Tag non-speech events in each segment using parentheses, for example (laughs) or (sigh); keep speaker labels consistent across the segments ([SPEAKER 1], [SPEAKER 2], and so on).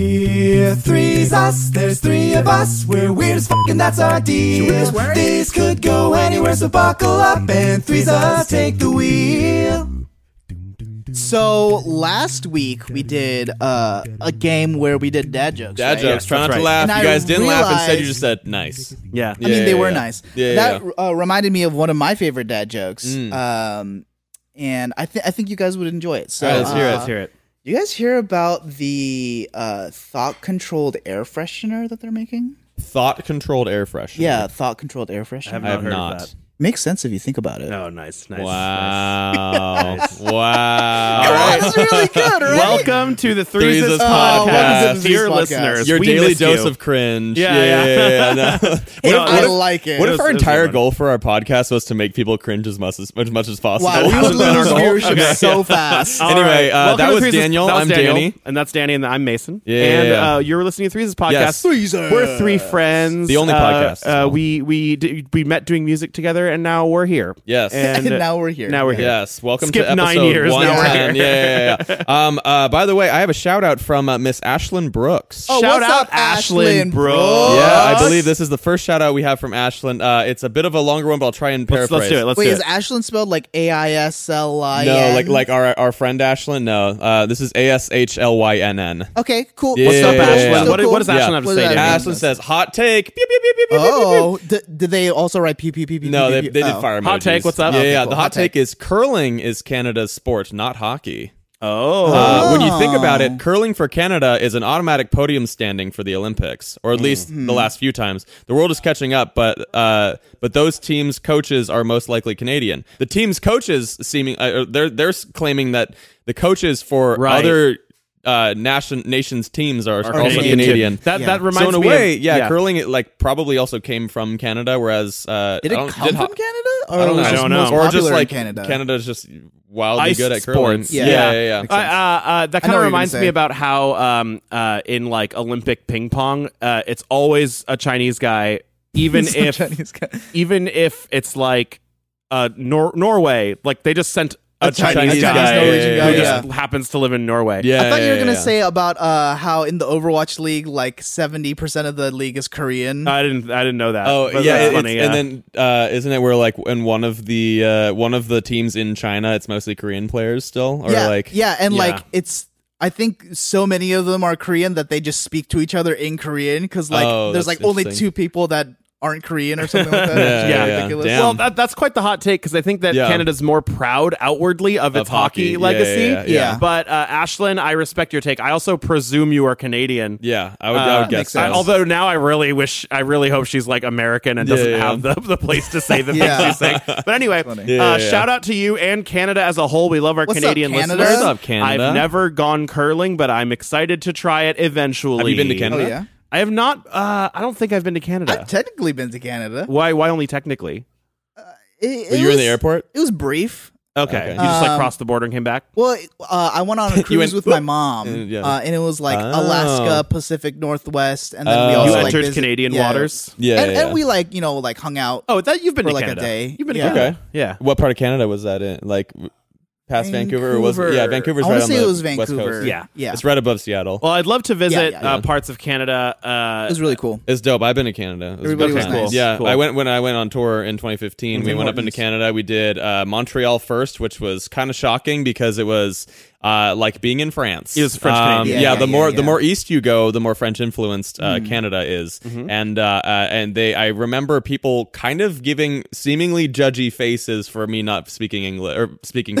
[SPEAKER 1] We're three's us, there's three of us, we're weird as fuck and that's our deal. This could go anywhere, so buckle up and three's us, take the wheel.
[SPEAKER 2] So last week we did uh, a game where we did dad jokes.
[SPEAKER 3] Dad
[SPEAKER 2] right?
[SPEAKER 3] jokes,
[SPEAKER 4] Yeah,
[SPEAKER 3] trying not
[SPEAKER 4] that's
[SPEAKER 3] to
[SPEAKER 4] right.
[SPEAKER 3] laugh.
[SPEAKER 2] And I
[SPEAKER 3] you guys didn't laugh. Instead, you
[SPEAKER 2] realized-
[SPEAKER 3] just said nice.
[SPEAKER 4] Yeah.
[SPEAKER 2] I mean,
[SPEAKER 3] Yeah,
[SPEAKER 2] they
[SPEAKER 3] yeah,
[SPEAKER 2] were
[SPEAKER 3] yeah.
[SPEAKER 2] nice.
[SPEAKER 3] Yeah,
[SPEAKER 2] that
[SPEAKER 3] yeah.
[SPEAKER 2] Uh, reminded me of one of my favorite dad jokes,
[SPEAKER 3] Mm.
[SPEAKER 2] um, and I think I think you guys would enjoy it. So
[SPEAKER 3] All right, let's hear it.
[SPEAKER 2] uh,
[SPEAKER 4] Let's hear it.
[SPEAKER 2] You guys hear about the uh, thought-controlled air freshener that they're making?
[SPEAKER 3] Thought controlled air freshener.
[SPEAKER 2] Yeah, thought-controlled air freshener.
[SPEAKER 4] have
[SPEAKER 3] I have
[SPEAKER 4] Not heard of
[SPEAKER 3] not.
[SPEAKER 4] that.
[SPEAKER 2] Makes sense if you think about it.
[SPEAKER 4] Oh, nice, nice. nice.
[SPEAKER 3] Wow.
[SPEAKER 4] Nice.
[SPEAKER 3] wow.
[SPEAKER 2] Come
[SPEAKER 3] All
[SPEAKER 2] on,
[SPEAKER 3] right.
[SPEAKER 2] that's really good, right?
[SPEAKER 4] Welcome to the Threes
[SPEAKER 3] Threeses
[SPEAKER 4] Us
[SPEAKER 3] Podcast.
[SPEAKER 4] podcast,
[SPEAKER 2] Threeses
[SPEAKER 4] dear
[SPEAKER 2] Podcast.
[SPEAKER 4] listeners.
[SPEAKER 3] Your
[SPEAKER 4] we
[SPEAKER 3] daily
[SPEAKER 4] miss
[SPEAKER 3] dose
[SPEAKER 4] you.
[SPEAKER 3] of cringe.
[SPEAKER 4] Yeah, yeah.
[SPEAKER 3] yeah,
[SPEAKER 4] (laughs)
[SPEAKER 3] yeah, I know.
[SPEAKER 4] What
[SPEAKER 3] if-
[SPEAKER 4] if-
[SPEAKER 2] I
[SPEAKER 3] if-
[SPEAKER 2] like it.
[SPEAKER 3] What if
[SPEAKER 4] It was-
[SPEAKER 3] our
[SPEAKER 4] it was a
[SPEAKER 3] entire
[SPEAKER 4] good one.
[SPEAKER 3] goal for our podcast was to make people cringe as much as, as, much as possible?
[SPEAKER 2] wow, we
[SPEAKER 3] That (laughs)
[SPEAKER 2] would
[SPEAKER 3] was our
[SPEAKER 2] lose
[SPEAKER 3] goal.
[SPEAKER 2] viewership
[SPEAKER 4] Okay.
[SPEAKER 2] so fast.
[SPEAKER 4] All
[SPEAKER 3] Anyway, uh,
[SPEAKER 4] Welcome
[SPEAKER 3] that
[SPEAKER 4] to
[SPEAKER 3] was
[SPEAKER 4] Threes Us-
[SPEAKER 3] Daniel.
[SPEAKER 4] that was
[SPEAKER 3] I'm
[SPEAKER 4] Daniel.
[SPEAKER 3] Danny.
[SPEAKER 4] And that's Danny, and I'm Mason.
[SPEAKER 3] Yeah.
[SPEAKER 4] And uh, you're listening to Threes Us
[SPEAKER 3] Yes.
[SPEAKER 4] podcast. We're three friends.
[SPEAKER 3] The only
[SPEAKER 4] Uh,
[SPEAKER 3] podcast.
[SPEAKER 4] Uh, we we d- we met doing music together, and now we're here.
[SPEAKER 3] Yes.
[SPEAKER 4] And, uh,
[SPEAKER 2] now we're here.
[SPEAKER 4] Now we're here.
[SPEAKER 3] Yes, welcome
[SPEAKER 4] Skip
[SPEAKER 3] to episode
[SPEAKER 4] nine years, now we're
[SPEAKER 3] 110.
[SPEAKER 4] here.
[SPEAKER 3] Yeah, yeah, yeah,
[SPEAKER 4] (laughs)
[SPEAKER 3] yeah. um, uh, by the way, I have a shout out from uh, Miss Ashlyn Brooks.
[SPEAKER 2] Oh,
[SPEAKER 4] Shout
[SPEAKER 2] what's
[SPEAKER 4] out
[SPEAKER 2] up, Ashlyn
[SPEAKER 4] Ashlyn
[SPEAKER 2] Brooks?
[SPEAKER 4] Brooks.
[SPEAKER 3] Yeah, I believe this is the first shout out we have from Ashlyn. Uh, it's a bit of a longer one, but I'll try and
[SPEAKER 4] Let's,
[SPEAKER 3] paraphrase.
[SPEAKER 4] let's do it. Let's
[SPEAKER 2] Wait,
[SPEAKER 4] do
[SPEAKER 2] is
[SPEAKER 4] it.
[SPEAKER 2] Ashland spelled like A I S L I N?
[SPEAKER 3] no, like like our our friend Ashlyn. No, uh, this is A S H L Y N N.
[SPEAKER 2] Okay, cool.
[SPEAKER 3] Yeah.
[SPEAKER 4] What's up,
[SPEAKER 3] Yeah.
[SPEAKER 4] Ashlyn?
[SPEAKER 3] Yeah.
[SPEAKER 4] What, what does
[SPEAKER 3] Yeah.
[SPEAKER 4] Ashlyn have to
[SPEAKER 2] What
[SPEAKER 4] say?
[SPEAKER 2] does
[SPEAKER 4] dude?
[SPEAKER 2] that mean?
[SPEAKER 3] Ashlyn says, "Hot take." Beep, beep, beep, beep, beep, beep, beep,
[SPEAKER 2] Oh, d- did they also write P P P P?
[SPEAKER 3] beep. No,
[SPEAKER 2] P,
[SPEAKER 3] they,
[SPEAKER 2] P,
[SPEAKER 3] they did
[SPEAKER 2] oh.
[SPEAKER 3] fire emojis.
[SPEAKER 4] Hot take, what's up?
[SPEAKER 3] Yeah,
[SPEAKER 4] Okay,
[SPEAKER 3] yeah.
[SPEAKER 2] cool.
[SPEAKER 3] The hot,
[SPEAKER 2] Hot
[SPEAKER 3] take.
[SPEAKER 2] take.
[SPEAKER 3] is curling is Canada's sport, not hockey.
[SPEAKER 4] Oh.
[SPEAKER 3] Uh, when you
[SPEAKER 2] Oh.
[SPEAKER 3] think about it, curling for Canada is an automatic podium standing for the Olympics, or at least
[SPEAKER 2] Mm-hmm.
[SPEAKER 3] the last few times. The world is catching up, but uh, but those teams' coaches are most likely Canadian. The teams' coaches seeming uh, uh, they're they're s- claiming that the coaches for
[SPEAKER 4] Right.
[SPEAKER 3] other uh, nation nations teams are, also
[SPEAKER 2] Canadian.
[SPEAKER 3] Canadian.
[SPEAKER 4] That
[SPEAKER 2] Yeah.
[SPEAKER 4] that reminds
[SPEAKER 3] so in a
[SPEAKER 4] me
[SPEAKER 3] way,
[SPEAKER 4] of,
[SPEAKER 3] yeah, curling it like probably also came from Canada, whereas uh,
[SPEAKER 2] Did
[SPEAKER 3] I
[SPEAKER 2] it
[SPEAKER 3] don't-
[SPEAKER 2] come
[SPEAKER 3] did ho-
[SPEAKER 2] from Canada? Or
[SPEAKER 3] I
[SPEAKER 2] was
[SPEAKER 3] don't know.
[SPEAKER 2] it
[SPEAKER 4] I don't know.
[SPEAKER 2] most
[SPEAKER 3] or just
[SPEAKER 2] popular in
[SPEAKER 3] like
[SPEAKER 2] Canada.
[SPEAKER 3] Canada's just wildly
[SPEAKER 4] Ice
[SPEAKER 3] good at
[SPEAKER 4] sports.
[SPEAKER 3] curling.
[SPEAKER 2] Yeah.
[SPEAKER 3] yeah, yeah. yeah.
[SPEAKER 4] Uh, uh,
[SPEAKER 2] I
[SPEAKER 4] uh, that
[SPEAKER 2] know
[SPEAKER 4] kind
[SPEAKER 2] what
[SPEAKER 4] of
[SPEAKER 2] you're
[SPEAKER 4] reminds
[SPEAKER 2] gonna
[SPEAKER 4] me
[SPEAKER 2] say.
[SPEAKER 4] about how um, uh, in like Olympic ping pong, uh, it's always a Chinese guy, even
[SPEAKER 2] (laughs) Some
[SPEAKER 4] if
[SPEAKER 2] Chinese guy.
[SPEAKER 4] even if it's like uh, Nor- Norway, like they just sent a,
[SPEAKER 2] A Chinese-
[SPEAKER 4] Chinese,
[SPEAKER 2] a Chinese
[SPEAKER 4] guy,
[SPEAKER 2] Norwegian
[SPEAKER 4] who
[SPEAKER 2] guy,
[SPEAKER 4] just happens to live in Norway.
[SPEAKER 3] Yeah,
[SPEAKER 2] I thought you
[SPEAKER 3] yeah,
[SPEAKER 2] were gonna
[SPEAKER 3] yeah.
[SPEAKER 2] say about uh, how in the Overwatch League, like seventy percent of the league is Korean.
[SPEAKER 4] Uh, I didn't. I didn't know that.
[SPEAKER 3] Oh
[SPEAKER 4] but
[SPEAKER 3] yeah,
[SPEAKER 4] that's
[SPEAKER 3] it's,
[SPEAKER 4] funny, yeah.
[SPEAKER 3] and then uh, isn't it where like in one of the uh, one of the teams in China, it's mostly Korean players still, or
[SPEAKER 2] yeah,
[SPEAKER 3] like
[SPEAKER 2] yeah, and
[SPEAKER 4] yeah.
[SPEAKER 2] like it's. I think so many of them are Korean that they just speak to each other in Korean because like
[SPEAKER 3] Oh,
[SPEAKER 2] there's
[SPEAKER 3] that's
[SPEAKER 2] like only
[SPEAKER 3] interesting.
[SPEAKER 2] two people that aren't Korean or something
[SPEAKER 3] (laughs)
[SPEAKER 2] like that. It's
[SPEAKER 3] yeah, yeah.
[SPEAKER 2] ridiculous.
[SPEAKER 3] Damn.
[SPEAKER 4] well, that, that's quite the hot take because I think that
[SPEAKER 3] um, Yeah.
[SPEAKER 4] Canada's more proud outwardly of its
[SPEAKER 3] Of hockey.
[SPEAKER 4] hockey,
[SPEAKER 3] Yeah,
[SPEAKER 4] legacy.
[SPEAKER 3] yeah,
[SPEAKER 2] yeah. Yeah.
[SPEAKER 4] But uh, Ashlyn, I respect your take. I also presume you are Canadian.
[SPEAKER 3] yeah, I would, I
[SPEAKER 4] Uh,
[SPEAKER 3] would guess
[SPEAKER 2] makes
[SPEAKER 3] so.
[SPEAKER 2] sense.
[SPEAKER 4] I- although now I really wish, I really hope she's like American and
[SPEAKER 3] Yeah,
[SPEAKER 4] doesn't
[SPEAKER 3] yeah.
[SPEAKER 4] have the, the place
[SPEAKER 3] (laughs)
[SPEAKER 4] to say the things
[SPEAKER 2] Yeah.
[SPEAKER 4] she's saying. But anyway, uh,
[SPEAKER 2] Yeah,
[SPEAKER 3] yeah, yeah.
[SPEAKER 4] shout out to you and Canada as a whole. We love our
[SPEAKER 2] What's up,
[SPEAKER 4] Canadian
[SPEAKER 2] Canada?
[SPEAKER 4] listeners.
[SPEAKER 2] What's
[SPEAKER 3] up, Canada?
[SPEAKER 4] I've never gone curling, but I'm excited to try it eventually.
[SPEAKER 3] Have you been to Canada?
[SPEAKER 2] Oh, yeah?
[SPEAKER 4] I have not. Uh, I don't think I've been to Canada.
[SPEAKER 2] I've technically been to Canada.
[SPEAKER 4] why? Why only technically?
[SPEAKER 2] It, it
[SPEAKER 3] But you were in the
[SPEAKER 2] was-
[SPEAKER 3] airport.
[SPEAKER 2] It was brief.
[SPEAKER 4] Okay,
[SPEAKER 3] Okay.
[SPEAKER 4] you just like
[SPEAKER 2] Um,
[SPEAKER 4] crossed the border and came back.
[SPEAKER 2] Well, it- uh, I went on
[SPEAKER 3] (laughs)
[SPEAKER 2] a cruise
[SPEAKER 3] went,
[SPEAKER 2] with my
[SPEAKER 3] "Whoop."
[SPEAKER 2] mom,
[SPEAKER 3] And, yeah.
[SPEAKER 2] uh, and it was like
[SPEAKER 3] Oh.
[SPEAKER 2] Alaska, Pacific Northwest, and then we
[SPEAKER 3] Oh.
[SPEAKER 2] also
[SPEAKER 4] You
[SPEAKER 2] like,
[SPEAKER 4] entered
[SPEAKER 2] visit-
[SPEAKER 4] Canadian
[SPEAKER 2] yeah.
[SPEAKER 4] waters.
[SPEAKER 3] Yeah,
[SPEAKER 2] and,
[SPEAKER 3] yeah,
[SPEAKER 2] and
[SPEAKER 3] yeah.
[SPEAKER 2] we like you know like hung out.
[SPEAKER 4] Oh, that you've been
[SPEAKER 2] For
[SPEAKER 4] to
[SPEAKER 2] like a
[SPEAKER 4] Canada.
[SPEAKER 2] day.
[SPEAKER 4] You've been to
[SPEAKER 2] Yeah.
[SPEAKER 4] Canada.
[SPEAKER 3] Okay.
[SPEAKER 4] Yeah.
[SPEAKER 3] What part of Canada was that in? Like w- past Vancouver, or was it? yeah, Vancouver's
[SPEAKER 2] I
[SPEAKER 3] right
[SPEAKER 2] want
[SPEAKER 3] on
[SPEAKER 2] to say
[SPEAKER 3] the
[SPEAKER 2] it was
[SPEAKER 3] west coast.
[SPEAKER 2] Vancouver.
[SPEAKER 4] Yeah.
[SPEAKER 2] yeah,
[SPEAKER 3] it's right above Seattle.
[SPEAKER 4] Well, I'd love to visit
[SPEAKER 2] Yeah, yeah,
[SPEAKER 4] Uh, parts of Canada. Uh,
[SPEAKER 2] it was really
[SPEAKER 3] (laughs)
[SPEAKER 2] cool.
[SPEAKER 3] It's dope. I've been to Canada. It was
[SPEAKER 2] Everybody
[SPEAKER 3] a good
[SPEAKER 2] was
[SPEAKER 3] time.
[SPEAKER 2] nice.
[SPEAKER 3] Yeah,
[SPEAKER 4] Cool.
[SPEAKER 3] I went when I went on tour in 2015. We went up into Canada. We did uh, Montreal first, which was kind of shocking because it was uh, like being in France. Um,
[SPEAKER 4] It was French Canadian.
[SPEAKER 3] yeah,
[SPEAKER 2] Yeah,
[SPEAKER 3] the
[SPEAKER 2] yeah,
[SPEAKER 3] more
[SPEAKER 2] yeah. Mm-hmm.
[SPEAKER 3] the more east you go, the more French influenced uh, Canada is. And uh, uh, and they, I remember people kind of giving seemingly judgy faces for me not speaking English or speaking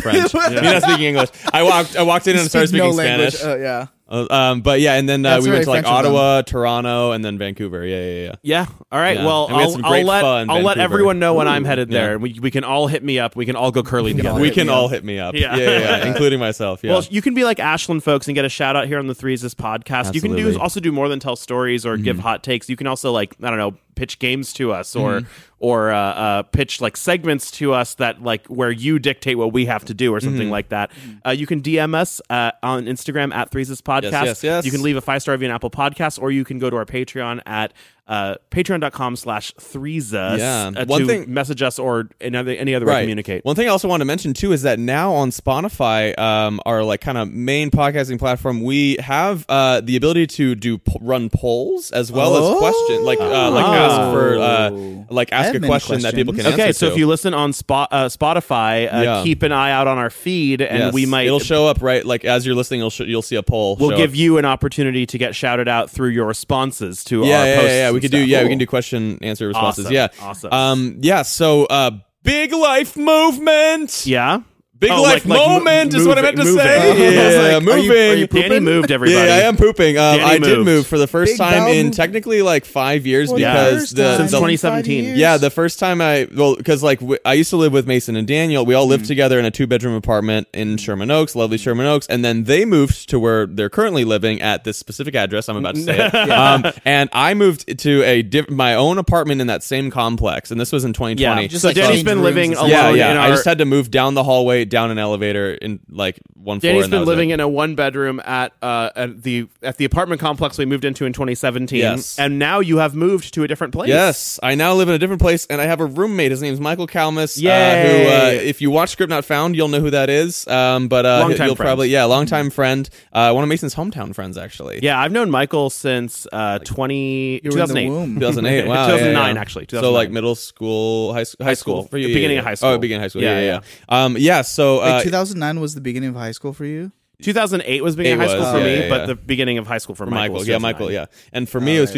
[SPEAKER 2] (laughs)
[SPEAKER 3] French. Me not speaking English. I walked I walked in and started
[SPEAKER 2] Speak
[SPEAKER 3] speaking
[SPEAKER 2] no language.
[SPEAKER 3] Spanish.
[SPEAKER 2] Uh, yeah,
[SPEAKER 3] Uh, um, but yeah, and then uh,
[SPEAKER 2] That's
[SPEAKER 3] we
[SPEAKER 2] very
[SPEAKER 3] went to like
[SPEAKER 2] French of them.
[SPEAKER 3] Ottawa, Toronto, and then Vancouver. Yeah, yeah, yeah.
[SPEAKER 4] yeah. All right.
[SPEAKER 3] Yeah.
[SPEAKER 4] Well,
[SPEAKER 3] And we had
[SPEAKER 4] I'll,
[SPEAKER 3] some
[SPEAKER 4] I'll
[SPEAKER 3] great
[SPEAKER 4] let
[SPEAKER 3] fun in
[SPEAKER 4] I'll let
[SPEAKER 3] Vancouver.
[SPEAKER 4] everyone know when I'm
[SPEAKER 3] Ooh,
[SPEAKER 4] headed
[SPEAKER 3] yeah.
[SPEAKER 4] there, and we we can all hit me up. We can all go curly together.
[SPEAKER 3] we
[SPEAKER 2] hit
[SPEAKER 3] can
[SPEAKER 2] me
[SPEAKER 3] all
[SPEAKER 2] up.
[SPEAKER 3] hit me up.
[SPEAKER 4] Yeah.
[SPEAKER 3] Yeah, yeah,
[SPEAKER 4] (laughs)
[SPEAKER 3] yeah, including myself. Yeah.
[SPEAKER 4] Well, you can be like Ashland folks and get a shout out here on the Threes This podcast. You can do
[SPEAKER 3] Absolutely. Mm-hmm.
[SPEAKER 4] also do more than tell stories or give hot takes. You can also like I don't know pitch games to us or
[SPEAKER 3] Mm-hmm.
[SPEAKER 4] or uh, uh, pitch like segments to us that like where you dictate what we have to do or something
[SPEAKER 3] Mm-hmm.
[SPEAKER 4] like that. Uh, you can DM us uh, on Instagram at Threes This podcast.
[SPEAKER 3] yes, yes.
[SPEAKER 4] You can leave a five star review on Apple Podcasts or you can go to our Patreon at uh, patreon.com slash threezus
[SPEAKER 3] Yeah.
[SPEAKER 4] uh,
[SPEAKER 3] One
[SPEAKER 4] to
[SPEAKER 3] thing-
[SPEAKER 4] message us or another, any other way to communicate.
[SPEAKER 3] One thing I also want to mention too is that now on Spotify, um, our like kind of main podcasting platform, we have uh, the ability to do p- run polls as well
[SPEAKER 2] Oh.
[SPEAKER 3] as question, like uh, like ask for uh, like ask a
[SPEAKER 2] Admin
[SPEAKER 3] question that people can
[SPEAKER 2] questions.
[SPEAKER 4] Okay,
[SPEAKER 3] answer
[SPEAKER 4] so
[SPEAKER 3] to.
[SPEAKER 4] if you listen on Spo- uh, Spotify, uh,
[SPEAKER 3] Yeah.
[SPEAKER 4] keep an eye out on our feed, and
[SPEAKER 3] Yes.
[SPEAKER 4] we might
[SPEAKER 3] it'll show up right like as you're listening, it'll sh- you'll see a poll.
[SPEAKER 4] we'll
[SPEAKER 3] show
[SPEAKER 4] give
[SPEAKER 3] up.
[SPEAKER 4] you an opportunity to get shouted out through your responses to
[SPEAKER 3] yeah,
[SPEAKER 4] our
[SPEAKER 3] yeah,
[SPEAKER 4] posts.
[SPEAKER 3] yeah, yeah. We
[SPEAKER 4] and
[SPEAKER 3] could do
[SPEAKER 4] stuff.
[SPEAKER 3] yeah, we
[SPEAKER 4] Cool.
[SPEAKER 3] can do question answer responses.
[SPEAKER 4] Awesome.
[SPEAKER 3] Yeah,
[SPEAKER 4] Awesome.
[SPEAKER 3] Um, yeah. So uh, big life movement.
[SPEAKER 4] yeah.
[SPEAKER 3] Big
[SPEAKER 4] Oh,
[SPEAKER 3] life
[SPEAKER 4] like- like mo-
[SPEAKER 3] moment is what I meant to
[SPEAKER 4] moving-
[SPEAKER 3] say.
[SPEAKER 4] moving.
[SPEAKER 3] (laughs) Yeah,
[SPEAKER 2] I was like, are you-
[SPEAKER 3] moving.
[SPEAKER 2] are you
[SPEAKER 4] Danny moved everybody.
[SPEAKER 3] Yeah, I am pooping. Um,
[SPEAKER 4] Danny
[SPEAKER 3] I did
[SPEAKER 4] moved.
[SPEAKER 3] move for the first
[SPEAKER 2] Big
[SPEAKER 3] time in
[SPEAKER 2] bum.
[SPEAKER 3] technically like five years
[SPEAKER 2] Well,
[SPEAKER 3] because
[SPEAKER 2] first time
[SPEAKER 3] the,
[SPEAKER 4] Since
[SPEAKER 3] the-
[SPEAKER 2] in
[SPEAKER 4] 2017.
[SPEAKER 2] five years.
[SPEAKER 3] yeah the first time I well because like w- I used to live with Mason and Daniel. We all lived
[SPEAKER 4] Mm.
[SPEAKER 3] together in a two bedroom apartment in Sherman Oaks, lovely Sherman Oaks, and then they moved to where they're currently living at this specific address. I'm about to
[SPEAKER 4] (laughs)
[SPEAKER 3] say it. um, and I moved to a diff- my own apartment in that same complex, and this was in 2020.
[SPEAKER 4] Yeah,
[SPEAKER 2] just
[SPEAKER 4] so
[SPEAKER 2] like
[SPEAKER 4] Danny's
[SPEAKER 2] change
[SPEAKER 4] been
[SPEAKER 2] rooms
[SPEAKER 4] living
[SPEAKER 2] and
[SPEAKER 4] alone.
[SPEAKER 2] stuff.
[SPEAKER 3] yeah, yeah.
[SPEAKER 4] In our,
[SPEAKER 3] I just had to move down the hallway, down an elevator, in like one floor.
[SPEAKER 4] Danny's
[SPEAKER 3] and that
[SPEAKER 4] been
[SPEAKER 3] was it.
[SPEAKER 4] living in a one bedroom at uh at the at the apartment complex we moved into in 2017.
[SPEAKER 3] Yes.
[SPEAKER 4] And now you have moved to a different place.
[SPEAKER 3] Yes, I now live in a different place, and I have a roommate. His name's Michael Kalmus. Uh,
[SPEAKER 4] Yay.
[SPEAKER 3] who, uh, if you watch Script Not Found, you'll know who that is. Um, but uh,
[SPEAKER 4] Longtime
[SPEAKER 3] you'll
[SPEAKER 4] friend.
[SPEAKER 3] probably yeah, longtime friend. Uh, one of Mason's hometown friends, actually. (laughs)
[SPEAKER 4] Yeah, I've known Michael since uh 20
[SPEAKER 2] You were in the
[SPEAKER 4] 2008.
[SPEAKER 2] womb.
[SPEAKER 4] (laughs)
[SPEAKER 3] 2008. Wow. yeah,
[SPEAKER 4] 2009
[SPEAKER 3] yeah.
[SPEAKER 4] actually,
[SPEAKER 3] So
[SPEAKER 4] 2009.
[SPEAKER 3] like middle school, high, sc- high, school,
[SPEAKER 4] school.
[SPEAKER 3] for you,
[SPEAKER 4] The
[SPEAKER 3] yeah,
[SPEAKER 4] beginning
[SPEAKER 3] yeah.
[SPEAKER 4] of high
[SPEAKER 3] Oh,
[SPEAKER 4] school.
[SPEAKER 3] beginning of high school.
[SPEAKER 4] Yeah,
[SPEAKER 3] Yeah, yeah. yeah. Um, yeah. So uh,
[SPEAKER 2] Like 2009 was the beginning of high school for you.
[SPEAKER 4] 2008 was beginning
[SPEAKER 3] It
[SPEAKER 4] of high
[SPEAKER 3] was,
[SPEAKER 4] school for
[SPEAKER 3] yeah,
[SPEAKER 4] me,
[SPEAKER 3] yeah,
[SPEAKER 4] but
[SPEAKER 3] yeah.
[SPEAKER 4] the beginning of high school for Michael. Oh,
[SPEAKER 3] Michael.
[SPEAKER 4] was
[SPEAKER 3] Yeah,
[SPEAKER 4] 2009.
[SPEAKER 3] Michael. Yeah, and for me it was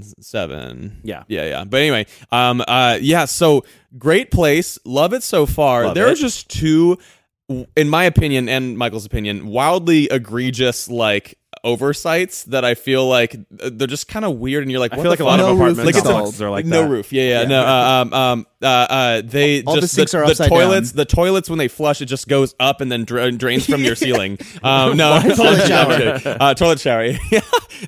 [SPEAKER 3] 2007.
[SPEAKER 4] Yeah.
[SPEAKER 3] yeah, yeah. But anyway, um, uh, yeah. So great place, love it so far.
[SPEAKER 4] Love
[SPEAKER 3] there
[SPEAKER 4] it.
[SPEAKER 3] are just two, w- in my opinion and Michael's opinion, wildly egregious like oversights that I feel like uh, they're just kind of weird. And you're like,
[SPEAKER 4] I
[SPEAKER 3] what
[SPEAKER 4] feel like
[SPEAKER 3] the
[SPEAKER 4] a lot
[SPEAKER 3] fuck?
[SPEAKER 2] No
[SPEAKER 4] of
[SPEAKER 2] roof
[SPEAKER 4] apartments
[SPEAKER 3] Like, it's a-
[SPEAKER 4] complexes are like
[SPEAKER 3] no
[SPEAKER 4] that.
[SPEAKER 3] roof. Yeah, yeah. No. Uh, um. Um. Uh. uh they
[SPEAKER 2] All the
[SPEAKER 3] just
[SPEAKER 2] sinks are upside
[SPEAKER 3] toilets.
[SPEAKER 2] down.
[SPEAKER 3] The toilets when they flush, it just goes up and then dra- drains from
[SPEAKER 2] (laughs)
[SPEAKER 3] your ceiling. Um. No. toilet shower. Uh, toilet shower. (laughs) Yeah.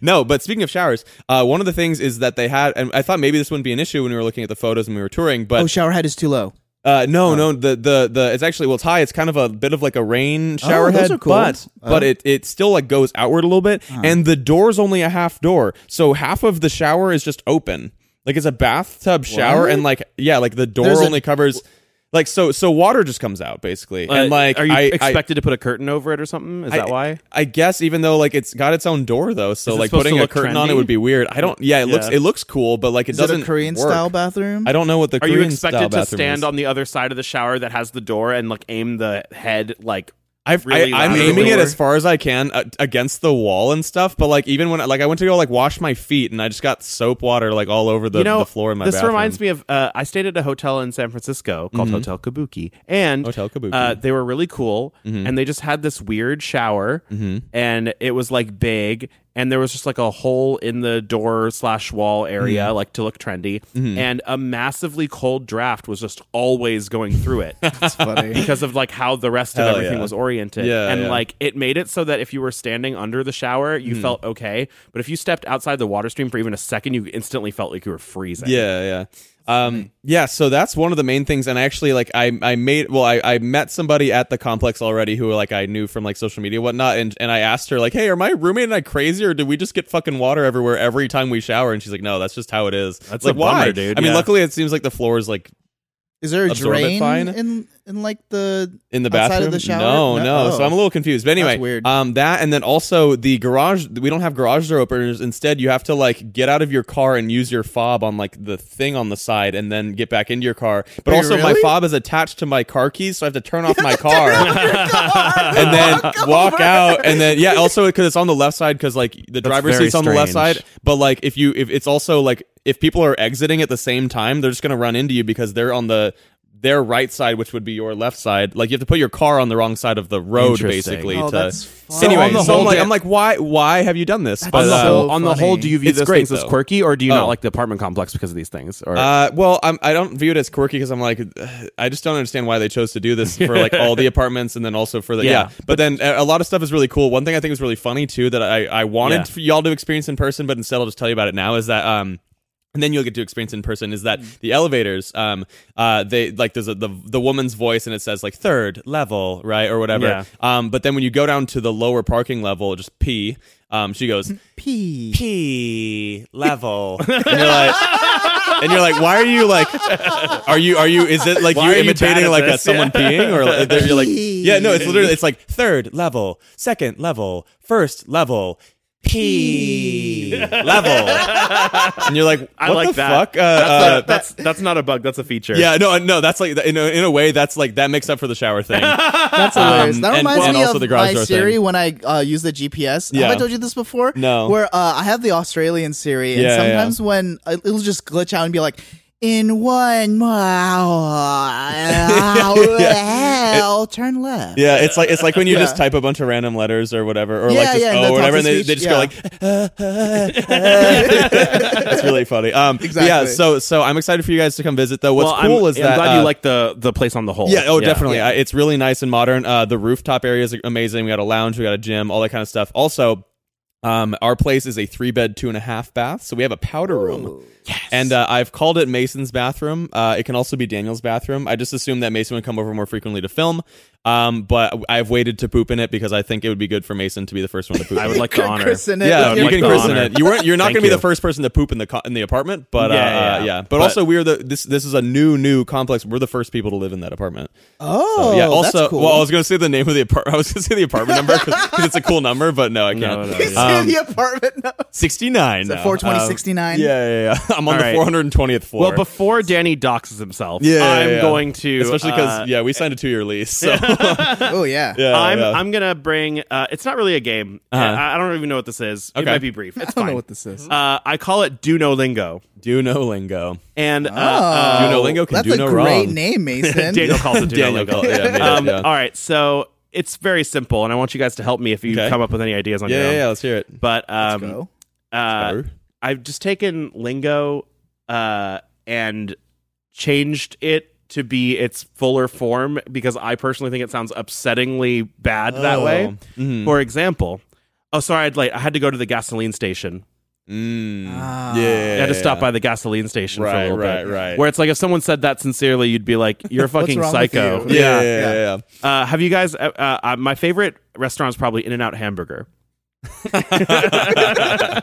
[SPEAKER 3] no. But speaking of showers, uh, one of the things is that they had, and I thought maybe this wouldn't be an issue when we were looking at the photos and we were touring, but
[SPEAKER 2] Oh, shower head is too low.
[SPEAKER 3] uh, no, no, the the the it's actually well, Ty, it's kind of a bit of like a rain shower
[SPEAKER 2] Oh, those
[SPEAKER 3] head,
[SPEAKER 2] are cool.
[SPEAKER 3] but but it it still like goes outward a little bit, and the door's only a half door, so half of the shower is just open, like it's a bathtub shower, and like yeah, like the door
[SPEAKER 2] There's a-
[SPEAKER 3] only covers. Like so, so water just comes out basically,
[SPEAKER 4] Uh,
[SPEAKER 3] and like
[SPEAKER 4] are you
[SPEAKER 3] I, I-
[SPEAKER 4] expected to put a curtain over it or something? Is
[SPEAKER 3] I-
[SPEAKER 4] that why?
[SPEAKER 3] I guess even though like it's got its own door though, so
[SPEAKER 4] Is it
[SPEAKER 3] like
[SPEAKER 4] supposed
[SPEAKER 3] putting
[SPEAKER 4] to
[SPEAKER 3] a
[SPEAKER 4] look
[SPEAKER 3] curtain on it
[SPEAKER 4] trendy?
[SPEAKER 3] would be weird. I don't. Yeah, it looks
[SPEAKER 4] Yeah.
[SPEAKER 3] it looks cool, but like it
[SPEAKER 2] Is it
[SPEAKER 3] doesn't
[SPEAKER 2] a Korean
[SPEAKER 3] work.
[SPEAKER 2] style bathroom?
[SPEAKER 3] I don't know what the
[SPEAKER 4] Are
[SPEAKER 3] Korean
[SPEAKER 4] you
[SPEAKER 3] style
[SPEAKER 4] expected to
[SPEAKER 3] bathroom
[SPEAKER 4] stand
[SPEAKER 3] is.
[SPEAKER 4] on the other side of the shower that has the door and like aim the head like
[SPEAKER 3] I've,
[SPEAKER 4] really
[SPEAKER 3] I, I'm
[SPEAKER 4] loud at the
[SPEAKER 3] aiming it
[SPEAKER 4] door.
[SPEAKER 3] as far as I can uh, against the wall and stuff, but like even when I- like I went to go like wash my feet and I just got soap water like all over the,
[SPEAKER 4] you know,
[SPEAKER 3] the floor in my
[SPEAKER 4] this
[SPEAKER 3] bathroom. Mm-hmm.
[SPEAKER 4] reminds me of uh, I stayed at a hotel in San Francisco called Hotel Kabuki, and
[SPEAKER 3] Hotel Kabuki. Mm-hmm.
[SPEAKER 4] Uh, they were really cool, and they just had this weird shower, and it was like big, and there was just like a hole in the door slash wall area,
[SPEAKER 3] Mm-hmm.
[SPEAKER 4] like to look trendy, and a massively cold draft was just always going
[SPEAKER 3] (laughs)
[SPEAKER 4] through it.
[SPEAKER 2] That's funny.
[SPEAKER 4] because of like how the rest of
[SPEAKER 3] Hell
[SPEAKER 4] everything
[SPEAKER 3] yeah.
[SPEAKER 4] was oriented.
[SPEAKER 3] Yeah,
[SPEAKER 4] and
[SPEAKER 3] yeah.
[SPEAKER 4] like it made it so that if you were standing under the shower, you
[SPEAKER 3] Hmm.
[SPEAKER 4] felt okay. But if you stepped outside the water stream for even a second, you instantly felt like you were freezing.
[SPEAKER 3] Yeah, yeah. Um, yeah, so that's one of the main things. And I actually, like, I, I made, well, I, I met somebody at the complex already who, like, I knew from, like, social media and whatnot. And, and I asked her, like, hey, are my roommate and I crazy or did we just get fucking water everywhere every time we shower? And she's like, no, that's just how it is.
[SPEAKER 4] That's
[SPEAKER 3] like,
[SPEAKER 4] a bummer,
[SPEAKER 3] why?
[SPEAKER 4] dude.
[SPEAKER 3] I mean,
[SPEAKER 4] Yeah.
[SPEAKER 3] luckily, it seems like the floor is, like,
[SPEAKER 2] Is there a
[SPEAKER 3] Absorb it
[SPEAKER 2] drain
[SPEAKER 3] fine?
[SPEAKER 2] in in like (laughs) the
[SPEAKER 3] in the (laughs)
[SPEAKER 2] outside
[SPEAKER 3] bathroom
[SPEAKER 2] of the shower?
[SPEAKER 3] no no,
[SPEAKER 2] Oh.
[SPEAKER 3] so i'm a little confused but anyway
[SPEAKER 2] That's weird.
[SPEAKER 3] um that and then also the garage we don't have garage door openers instead you have to like get out of your car and use your fob on like the thing on the side and then get back into your car but
[SPEAKER 2] Wait,
[SPEAKER 3] also my
[SPEAKER 2] really?
[SPEAKER 3] fob is attached to my car keys so i have
[SPEAKER 2] (laughs)
[SPEAKER 3] to turn off my car and then walk out and then yeah also because it's on the left side because like the driver's
[SPEAKER 4] very
[SPEAKER 3] seat's on the left
[SPEAKER 4] strange.
[SPEAKER 3] side but like if you if it's also like if people are exiting at the same time they're just gonna run into you because they're on the their right side which would be your left side like you have to put your car on the wrong side of the road
[SPEAKER 4] Interesting.
[SPEAKER 3] basically
[SPEAKER 2] Oh,
[SPEAKER 3] to
[SPEAKER 2] that's
[SPEAKER 3] so anyway
[SPEAKER 4] fun.
[SPEAKER 3] so i'm like
[SPEAKER 4] Yeah.
[SPEAKER 3] i'm like why why have you done this um,
[SPEAKER 4] On, the,
[SPEAKER 2] So
[SPEAKER 4] whole, on the
[SPEAKER 2] funny.
[SPEAKER 4] whole, do you view
[SPEAKER 3] uh, It's
[SPEAKER 4] those
[SPEAKER 3] great,
[SPEAKER 4] things as
[SPEAKER 3] though.
[SPEAKER 4] quirky, or do you
[SPEAKER 3] Oh.
[SPEAKER 4] not like the apartment complex because of these things? Or
[SPEAKER 3] Uh, well, I'm, I don't view it as quirky because I'm like, (sighs) I just don't understand why they chose to do this for like all the apartments and then also for the yeah.
[SPEAKER 4] Yeah.
[SPEAKER 3] But then a a lot of stuff is really cool. One thing I think is really funny too that I I wanted
[SPEAKER 4] Yeah.
[SPEAKER 3] for y'all to experience in person, but instead I'll just tell you about it now is that um. and then you'll get to experience in person is that the elevators um uh they like there's a, the the woman's voice and it says like third level right or whatever
[SPEAKER 4] Yeah.
[SPEAKER 3] um but then when you go down to the lower parking level just p um she goes
[SPEAKER 2] P.
[SPEAKER 3] p level and you're like and you're like why are you like are you are you is it like
[SPEAKER 4] Why
[SPEAKER 3] you're
[SPEAKER 4] are you bad
[SPEAKER 3] imitating
[SPEAKER 4] at
[SPEAKER 3] like a,
[SPEAKER 4] this?
[SPEAKER 3] someone
[SPEAKER 4] Yeah.
[SPEAKER 3] peeing or like, they're- you're like
[SPEAKER 2] P.
[SPEAKER 3] yeah no it's literally it's like third level second level first level P level and you're like, what
[SPEAKER 4] I like
[SPEAKER 3] the
[SPEAKER 4] that.
[SPEAKER 3] fuck? Uh,
[SPEAKER 4] that's,
[SPEAKER 3] uh,
[SPEAKER 4] not, that's that's not a bug. That's a feature.
[SPEAKER 3] yeah, no, uh, no, that's like in a, in a way that's like that makes up for the shower thing.
[SPEAKER 2] That's hilarious.
[SPEAKER 3] Um,
[SPEAKER 2] that
[SPEAKER 3] and-
[SPEAKER 2] reminds
[SPEAKER 3] and
[SPEAKER 2] me
[SPEAKER 3] also
[SPEAKER 2] of
[SPEAKER 3] the garage
[SPEAKER 2] my
[SPEAKER 3] door
[SPEAKER 2] Siri
[SPEAKER 3] thing.
[SPEAKER 2] when I uh, use the GPS.
[SPEAKER 3] Yeah.
[SPEAKER 2] Have I told you this before?
[SPEAKER 3] No.
[SPEAKER 2] Where uh, I have the Australian Siri, and
[SPEAKER 3] Yeah, yeah, yeah.
[SPEAKER 2] sometimes when uh, it'll just glitch out and be like, "In one
[SPEAKER 3] (laughs)
[SPEAKER 2] mile, turn left."
[SPEAKER 3] Yeah, it's like it's like when you just
[SPEAKER 2] Yeah.
[SPEAKER 3] type a bunch of random letters or whatever, or
[SPEAKER 2] Yeah,
[SPEAKER 3] like just
[SPEAKER 2] yeah, and
[SPEAKER 3] oh
[SPEAKER 2] that's
[SPEAKER 3] or whatever, and they,
[SPEAKER 2] off-speech,
[SPEAKER 3] they just
[SPEAKER 2] yeah.
[SPEAKER 3] go like, (laughs) that's really funny. Um, but Yeah,
[SPEAKER 2] Exactly.
[SPEAKER 3] so so I'm excited for you guys to come visit. Though what's
[SPEAKER 4] well,
[SPEAKER 3] cool
[SPEAKER 4] I'm,
[SPEAKER 3] is that
[SPEAKER 4] I'm glad you
[SPEAKER 3] uh,
[SPEAKER 4] like the the place on the whole.
[SPEAKER 3] Yeah, oh, definitely. Uh, it's really nice and modern. Uh, the rooftop area is amazing. We got a lounge, we got a gym, all that kind of stuff. Also, um, our place is a three bed, two and a half bath. So we have a powder room. Yes. And uh, I've called it Mason's bathroom. Uh, it can also be Daniel's bathroom. I just assumed that Mason would come over more frequently to film. Um, but I've waited to poop in it because I think it would be good for Mason to be the first one to poop.
[SPEAKER 4] I would like to honor.
[SPEAKER 2] Kristen, it
[SPEAKER 3] Yeah,
[SPEAKER 4] would
[SPEAKER 2] with
[SPEAKER 3] you
[SPEAKER 2] your-
[SPEAKER 4] like
[SPEAKER 3] can
[SPEAKER 4] the
[SPEAKER 3] christen
[SPEAKER 4] honor.
[SPEAKER 3] it. You weren't. You're not
[SPEAKER 4] Thank
[SPEAKER 3] going to be
[SPEAKER 4] you.
[SPEAKER 3] the first person to poop in the co- in the apartment, but uh,
[SPEAKER 4] Yeah,
[SPEAKER 3] yeah,
[SPEAKER 4] yeah,
[SPEAKER 3] yeah.
[SPEAKER 4] yeah.
[SPEAKER 3] But, also, we're the this this is a new new complex. We're the first people to live in that apartment.
[SPEAKER 2] Oh,
[SPEAKER 3] yeah. Also,
[SPEAKER 2] that's cool.
[SPEAKER 3] well, I
[SPEAKER 2] (laughs)
[SPEAKER 3] was going to say the name of the apartment. (laughs) I was going to say the apartment number because it's a cool number, but no, I (laughs) can't.
[SPEAKER 4] No, no, yeah.
[SPEAKER 3] Um,
[SPEAKER 2] the apartment.
[SPEAKER 3] (laughs)
[SPEAKER 2] No.
[SPEAKER 3] Sixty nine.
[SPEAKER 2] that 420, 69?
[SPEAKER 3] Yeah, yeah, yeah. (laughs) I'm on
[SPEAKER 4] All
[SPEAKER 3] the
[SPEAKER 4] right.
[SPEAKER 3] 420th floor.
[SPEAKER 4] Well, before Danny doxes himself,
[SPEAKER 3] yeah, yeah,
[SPEAKER 4] I'm
[SPEAKER 3] yeah.
[SPEAKER 4] going to
[SPEAKER 3] especially because
[SPEAKER 4] uh,
[SPEAKER 3] yeah, we signed a two year lease.
[SPEAKER 4] (laughs)
[SPEAKER 3] So
[SPEAKER 2] Oh yeah.
[SPEAKER 3] (laughs) yeah,
[SPEAKER 4] I'm
[SPEAKER 3] yeah.
[SPEAKER 4] I'm gonna bring. Uh, it's not really a game.
[SPEAKER 3] Uh-huh.
[SPEAKER 4] I, I don't even know what this is. It
[SPEAKER 3] Okay.
[SPEAKER 4] might be brief.
[SPEAKER 3] (laughs)
[SPEAKER 4] It's
[SPEAKER 2] I don't
[SPEAKER 4] fine.
[SPEAKER 2] know what this is.
[SPEAKER 4] Uh, I call it Dunolingo,
[SPEAKER 3] do no lingo.
[SPEAKER 4] and uh,
[SPEAKER 2] Oh.
[SPEAKER 4] uh,
[SPEAKER 3] Duolingo can
[SPEAKER 2] That's
[SPEAKER 3] do
[SPEAKER 2] a
[SPEAKER 3] no
[SPEAKER 2] great
[SPEAKER 3] wrong. (laughs)
[SPEAKER 2] name, Mason.
[SPEAKER 4] Oh, Daniel calls it Duolingo.
[SPEAKER 3] Daniel called it, yeah, made it,
[SPEAKER 4] um,
[SPEAKER 3] yeah.
[SPEAKER 4] All right, so it's very simple, and I want you guys to help me if you
[SPEAKER 3] Okay.
[SPEAKER 4] come up with any ideas on
[SPEAKER 3] Yeah,
[SPEAKER 4] your
[SPEAKER 3] yeah,
[SPEAKER 4] own.
[SPEAKER 3] yeah, let's hear it.
[SPEAKER 4] But um,
[SPEAKER 2] Go.
[SPEAKER 4] Oh, Uh,
[SPEAKER 3] Go.
[SPEAKER 4] I've just taken lingo uh, and changed it to be its fuller form because I personally think it sounds upsettingly bad that way.
[SPEAKER 3] Mhm.
[SPEAKER 4] For example, oh sorry, I'd late. I had to go to the gasoline station.
[SPEAKER 3] Mm.
[SPEAKER 2] Ah.
[SPEAKER 3] yeah,
[SPEAKER 4] I had to stop by the gasoline station for a
[SPEAKER 3] Right,
[SPEAKER 4] little
[SPEAKER 3] right,
[SPEAKER 4] bit.
[SPEAKER 3] right.
[SPEAKER 4] Where it's like if someone said that sincerely, you'd be like,
[SPEAKER 3] (laughs)
[SPEAKER 4] "You're a fucking
[SPEAKER 2] wrong with
[SPEAKER 4] psycho."
[SPEAKER 2] you?
[SPEAKER 3] Yeah, yeah,
[SPEAKER 2] Yeah,
[SPEAKER 3] yeah. yeah.
[SPEAKER 4] Uh, have you guys? Uh, uh, my favorite restaurant is probably In and Out Hamburger.
[SPEAKER 2] (laughs)
[SPEAKER 3] yeah,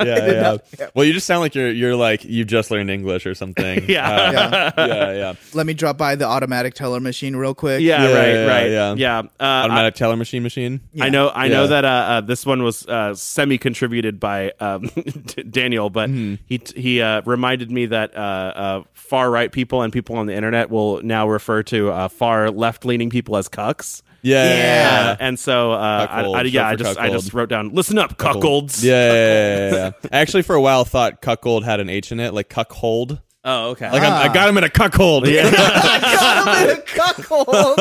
[SPEAKER 3] yeah. Well, you just sound like you're you're like you just learned English or something.
[SPEAKER 4] (laughs) Yeah.
[SPEAKER 3] Uh,
[SPEAKER 2] Yeah.
[SPEAKER 3] yeah,
[SPEAKER 4] (laughs)
[SPEAKER 3] yeah.
[SPEAKER 2] Let me drop by the automatic teller machine real quick.
[SPEAKER 4] Yeah,
[SPEAKER 3] Yeah,
[SPEAKER 4] right,
[SPEAKER 3] yeah,
[SPEAKER 4] right,
[SPEAKER 3] yeah.
[SPEAKER 4] yeah. Uh, I-
[SPEAKER 3] Automatic teller machine machine.
[SPEAKER 4] I know, I know
[SPEAKER 3] Yeah.
[SPEAKER 4] that uh, uh, this one was uh, semi-contributed by um, (laughs) D- Daniel, but
[SPEAKER 3] Mm-hmm.
[SPEAKER 4] he t- he uh, reminded me that uh, uh, far right people and people on the internet will now refer to uh, far left-leaning people as cucks.
[SPEAKER 3] Yeah, yeah,
[SPEAKER 2] Yeah.
[SPEAKER 4] Uh, and so uh, I, I,
[SPEAKER 3] Cuckold,
[SPEAKER 4] yeah,
[SPEAKER 3] short
[SPEAKER 4] I
[SPEAKER 3] for
[SPEAKER 4] just I just
[SPEAKER 3] cuckold.
[SPEAKER 4] wrote down. Listen up, cuckolds.
[SPEAKER 3] Yeah, yeah, yeah, yeah, yeah. I actually for a while thought cuckold had an H in it, like cuckold.
[SPEAKER 4] Oh, okay.
[SPEAKER 3] Like I'm, I got him in a cuckold. Yeah.
[SPEAKER 2] I'm in a cuckold.
[SPEAKER 3] (laughs)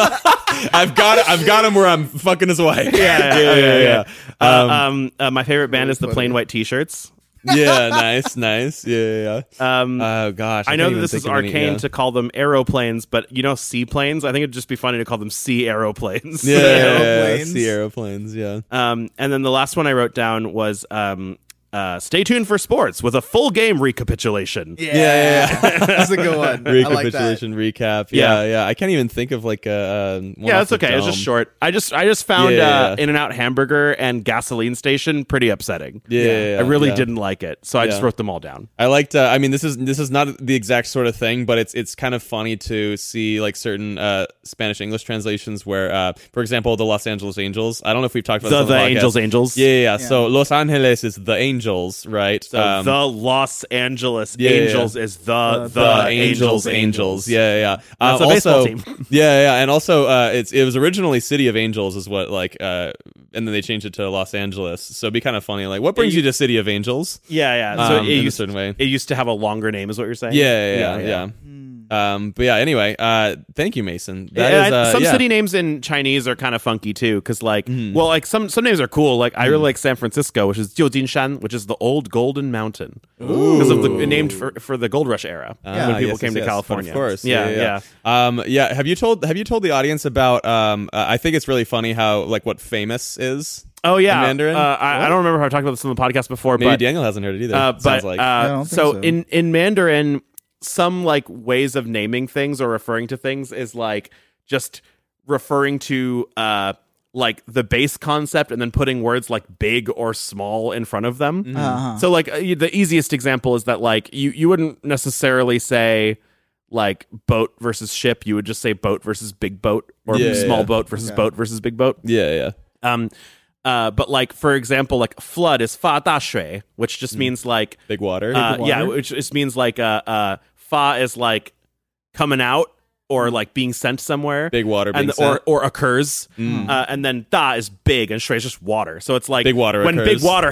[SPEAKER 3] I've got I've got him where I'm fucking his wife. (laughs)
[SPEAKER 4] yeah,
[SPEAKER 3] yeah, yeah. yeah.
[SPEAKER 4] Uh, um, uh, my favorite band is the Plain White T-shirts.
[SPEAKER 3] Yeah, nice, nice. Yeah, yeah. yeah.
[SPEAKER 4] Um,
[SPEAKER 3] oh gosh, can't
[SPEAKER 4] I know that
[SPEAKER 3] even
[SPEAKER 4] this
[SPEAKER 3] think
[SPEAKER 4] is
[SPEAKER 3] of any-
[SPEAKER 4] arcane
[SPEAKER 3] yeah.
[SPEAKER 4] to call them aeroplanes, but you know, seaplanes. I think it'd just be funny to call them sea aeroplanes.
[SPEAKER 3] Yeah, yeah, yeah, yeah.
[SPEAKER 2] Aeroplanes.
[SPEAKER 3] Sea aeroplanes. Yeah.
[SPEAKER 4] (laughs) Um, and then the last one I wrote down was um, uh, stay tuned for sports with a full game recapitulation.
[SPEAKER 2] Yeah,
[SPEAKER 3] (laughs) yeah,
[SPEAKER 2] (laughs) that's a good one. I like that.
[SPEAKER 3] Recapitulation recap. Yeah, yeah,
[SPEAKER 4] Yeah.
[SPEAKER 3] I can't even think of like a. Um, one
[SPEAKER 4] Yeah,
[SPEAKER 3] off
[SPEAKER 4] that's
[SPEAKER 3] the
[SPEAKER 4] okay. It's
[SPEAKER 3] dome.
[SPEAKER 4] just short. I just I just found
[SPEAKER 3] Yeah, yeah,
[SPEAKER 4] uh,
[SPEAKER 3] yeah.
[SPEAKER 4] In and Out Hamburger and Gasoline Station pretty upsetting.
[SPEAKER 3] Yeah, yeah, yeah,
[SPEAKER 4] I really
[SPEAKER 3] yeah.
[SPEAKER 4] didn't like it, so I just
[SPEAKER 3] Yeah.
[SPEAKER 4] wrote them all down.
[SPEAKER 3] I liked. Uh, I mean, this is this is not the exact sort of thing, but it's it's kind of funny to see like certain uh, Spanish English translations where, uh, for example, the Los Angeles Angels. I don't know if we've talked about
[SPEAKER 4] The
[SPEAKER 3] this on
[SPEAKER 4] the
[SPEAKER 3] podcast.
[SPEAKER 4] Angels Angels.
[SPEAKER 3] Yeah, yeah, yeah. So Los Angeles is the Angels, right?
[SPEAKER 4] So Uh, the Los Angeles
[SPEAKER 3] um, yeah, yeah, yeah.
[SPEAKER 4] Angels is the the,
[SPEAKER 3] the
[SPEAKER 4] Angels
[SPEAKER 3] Angels, Angels. Yeah, yeah. yeah.
[SPEAKER 4] That's
[SPEAKER 3] Uh,
[SPEAKER 4] a baseball
[SPEAKER 3] also,
[SPEAKER 4] team.
[SPEAKER 3] (laughs) yeah, yeah. And also, uh, it's it was originally City of Angels, is what like, uh, and then they changed it to Los Angeles. So it'd be kind of funny. Like, what brings you, to City of Angels?
[SPEAKER 4] Yeah, yeah. So
[SPEAKER 3] Um,
[SPEAKER 4] it,
[SPEAKER 3] in a
[SPEAKER 4] used,
[SPEAKER 3] certain way.
[SPEAKER 4] it used to have a longer name, is what you're saying?
[SPEAKER 3] Yeah, yeah, yeah. yeah. Um, but yeah. Anyway, uh, thank you, Mason. That is
[SPEAKER 4] Yeah, I-
[SPEAKER 3] uh,
[SPEAKER 4] some
[SPEAKER 3] yeah. Mm.
[SPEAKER 4] city names in Chinese are kind of funky too, because like, well, like some some names are cool. Like I really like San Francisco, which is Jiujinshan, which is the old golden mountain, because of the named for, for the gold rush era
[SPEAKER 3] Ah,
[SPEAKER 4] when people
[SPEAKER 3] yes,
[SPEAKER 4] came
[SPEAKER 3] yes,
[SPEAKER 4] to
[SPEAKER 3] yes.
[SPEAKER 4] California.
[SPEAKER 3] Of course.
[SPEAKER 4] yeah, yeah.
[SPEAKER 3] Um, yeah. Have you told Have you told the audience about? Um, uh, I think it's really funny how like what famous is.
[SPEAKER 4] Oh yeah,
[SPEAKER 3] Mandarin?
[SPEAKER 4] Uh, I, I don't remember how I talked about this on the podcast before,
[SPEAKER 3] Maybe
[SPEAKER 4] but
[SPEAKER 3] Daniel hasn't heard it either.
[SPEAKER 4] uh, but
[SPEAKER 3] Sounds like
[SPEAKER 2] I
[SPEAKER 4] uh,
[SPEAKER 2] don't think
[SPEAKER 4] so,
[SPEAKER 2] so.
[SPEAKER 4] in in Mandarin, some like ways of naming things or referring to things is like just referring to uh like the base concept and then putting words like big or small in front of them.
[SPEAKER 2] Uh-huh.
[SPEAKER 4] So like uh, you- the easiest example is that like you you wouldn't necessarily say like boat versus ship. You would just say boat versus big boat or
[SPEAKER 3] Yeah,
[SPEAKER 4] small
[SPEAKER 3] yeah.
[SPEAKER 4] boat versus
[SPEAKER 2] Okay.
[SPEAKER 4] boat versus big boat.
[SPEAKER 3] yeah, yeah.
[SPEAKER 4] Um, uh, but like for example, like flood is fa da shui, which
[SPEAKER 3] Mm.
[SPEAKER 4] just means like
[SPEAKER 3] Big water.
[SPEAKER 4] uh,
[SPEAKER 2] water.
[SPEAKER 4] yeah, which just means like uh, uh, fa is like coming out or like being sent somewhere,
[SPEAKER 3] Mm. big water being
[SPEAKER 4] and
[SPEAKER 3] sent. Mm.
[SPEAKER 4] or or occurs, uh, and then da is big and shui is just water. So it's like
[SPEAKER 3] Big water
[SPEAKER 4] when
[SPEAKER 3] occurs.
[SPEAKER 4] big water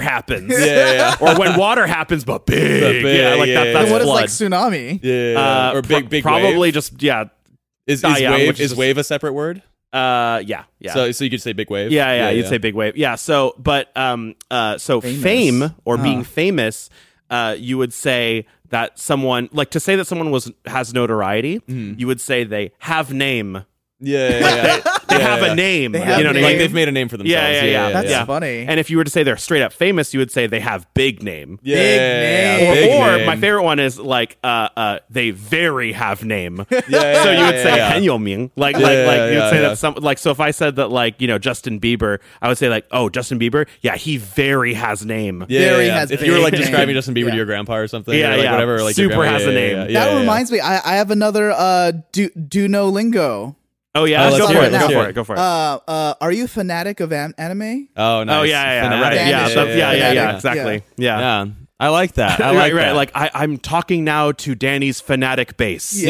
[SPEAKER 3] (laughs)
[SPEAKER 4] happens,
[SPEAKER 3] yeah,
[SPEAKER 4] (laughs)
[SPEAKER 3] yeah, yeah.
[SPEAKER 4] or when water happens but big,
[SPEAKER 3] But big,
[SPEAKER 4] yeah, like
[SPEAKER 3] yeah,
[SPEAKER 4] that,
[SPEAKER 3] yeah,
[SPEAKER 4] that's
[SPEAKER 3] yeah.
[SPEAKER 2] What is
[SPEAKER 4] flood.
[SPEAKER 2] like tsunami?
[SPEAKER 3] Yeah, yeah, yeah.
[SPEAKER 4] Uh,
[SPEAKER 3] or big,
[SPEAKER 4] pro-
[SPEAKER 3] big
[SPEAKER 4] probably
[SPEAKER 3] wave.
[SPEAKER 4] just yeah,
[SPEAKER 3] Is, is
[SPEAKER 4] Ah, yeah,
[SPEAKER 3] wave
[SPEAKER 4] which
[SPEAKER 3] is
[SPEAKER 4] is-
[SPEAKER 3] wave a separate word?
[SPEAKER 4] uh, yeah, yeah.
[SPEAKER 3] So, so you could say big wave.
[SPEAKER 4] Yeah, yeah, you'd say big wave. Yeah, so but um uh so
[SPEAKER 2] Famous.
[SPEAKER 4] fame or
[SPEAKER 2] Ah.
[SPEAKER 4] being famous, uh you would say that someone like to say that someone was has notoriety,
[SPEAKER 3] Mm-hmm.
[SPEAKER 4] you would say they have name.
[SPEAKER 3] yeah, yeah, yeah.
[SPEAKER 4] (laughs) They
[SPEAKER 3] Yeah,
[SPEAKER 4] have
[SPEAKER 3] yeah.
[SPEAKER 4] a name.
[SPEAKER 2] They have
[SPEAKER 4] you know what I
[SPEAKER 3] Like
[SPEAKER 4] mean?
[SPEAKER 3] they've made a name for themselves.
[SPEAKER 4] yeah, yeah, yeah,
[SPEAKER 2] That's
[SPEAKER 4] yeah.
[SPEAKER 2] funny.
[SPEAKER 4] And if you were to say they're straight up famous, you would say they have big name.
[SPEAKER 3] Yeah,
[SPEAKER 2] Big
[SPEAKER 3] yeah,
[SPEAKER 2] name.
[SPEAKER 3] yeah,
[SPEAKER 4] Or,
[SPEAKER 3] big
[SPEAKER 4] or
[SPEAKER 3] name.
[SPEAKER 4] my favorite one is like uh uh they very have name.
[SPEAKER 3] (laughs) Yeah, yeah,
[SPEAKER 4] so you would
[SPEAKER 3] yeah,
[SPEAKER 4] say
[SPEAKER 3] yeah.
[SPEAKER 4] Ken Yoming. Like
[SPEAKER 3] Yeah,
[SPEAKER 4] like like
[SPEAKER 3] yeah,
[SPEAKER 4] you would
[SPEAKER 3] yeah,
[SPEAKER 4] say
[SPEAKER 3] yeah.
[SPEAKER 4] that some like so if I said that like, you know, Justin Bieber, I would say like, oh Justin Bieber, yeah, he very has name.
[SPEAKER 3] Yeah,
[SPEAKER 2] Very
[SPEAKER 3] yeah.
[SPEAKER 2] has
[SPEAKER 3] if you were like
[SPEAKER 2] big name.
[SPEAKER 3] describing Justin Bieber
[SPEAKER 2] Yeah.
[SPEAKER 3] to your grandpa or something,
[SPEAKER 4] Yeah,
[SPEAKER 3] or, like
[SPEAKER 4] yeah.
[SPEAKER 3] whatever, like
[SPEAKER 4] Super
[SPEAKER 3] your grandma,
[SPEAKER 4] has
[SPEAKER 3] yeah,
[SPEAKER 4] a
[SPEAKER 3] yeah,
[SPEAKER 4] name.
[SPEAKER 3] yeah,
[SPEAKER 2] that
[SPEAKER 3] yeah, yeah.
[SPEAKER 2] reminds me, I, I have another uh, do do no lingo.
[SPEAKER 4] Oh yeah,
[SPEAKER 3] Oh,
[SPEAKER 4] go
[SPEAKER 3] let's
[SPEAKER 4] for
[SPEAKER 2] hear it,
[SPEAKER 4] it, go
[SPEAKER 2] let's hear
[SPEAKER 4] for
[SPEAKER 3] it.
[SPEAKER 4] it, go for it.
[SPEAKER 2] Uh, uh, are you fanatic of an- anime?
[SPEAKER 3] Oh, nice.
[SPEAKER 4] oh yeah, yeah, yeah,
[SPEAKER 3] Fanatic.
[SPEAKER 4] right. Yeah,
[SPEAKER 2] Fanatic.
[SPEAKER 4] so- yeah, yeah, yeah,
[SPEAKER 2] Fanatic,
[SPEAKER 4] exactly. Yeah.
[SPEAKER 3] Yeah, I like that. I
[SPEAKER 4] (laughs) Right,
[SPEAKER 3] like
[SPEAKER 4] right,
[SPEAKER 3] that.
[SPEAKER 4] Like I, I'm talking now to Danny's fanatic base.
[SPEAKER 3] (laughs)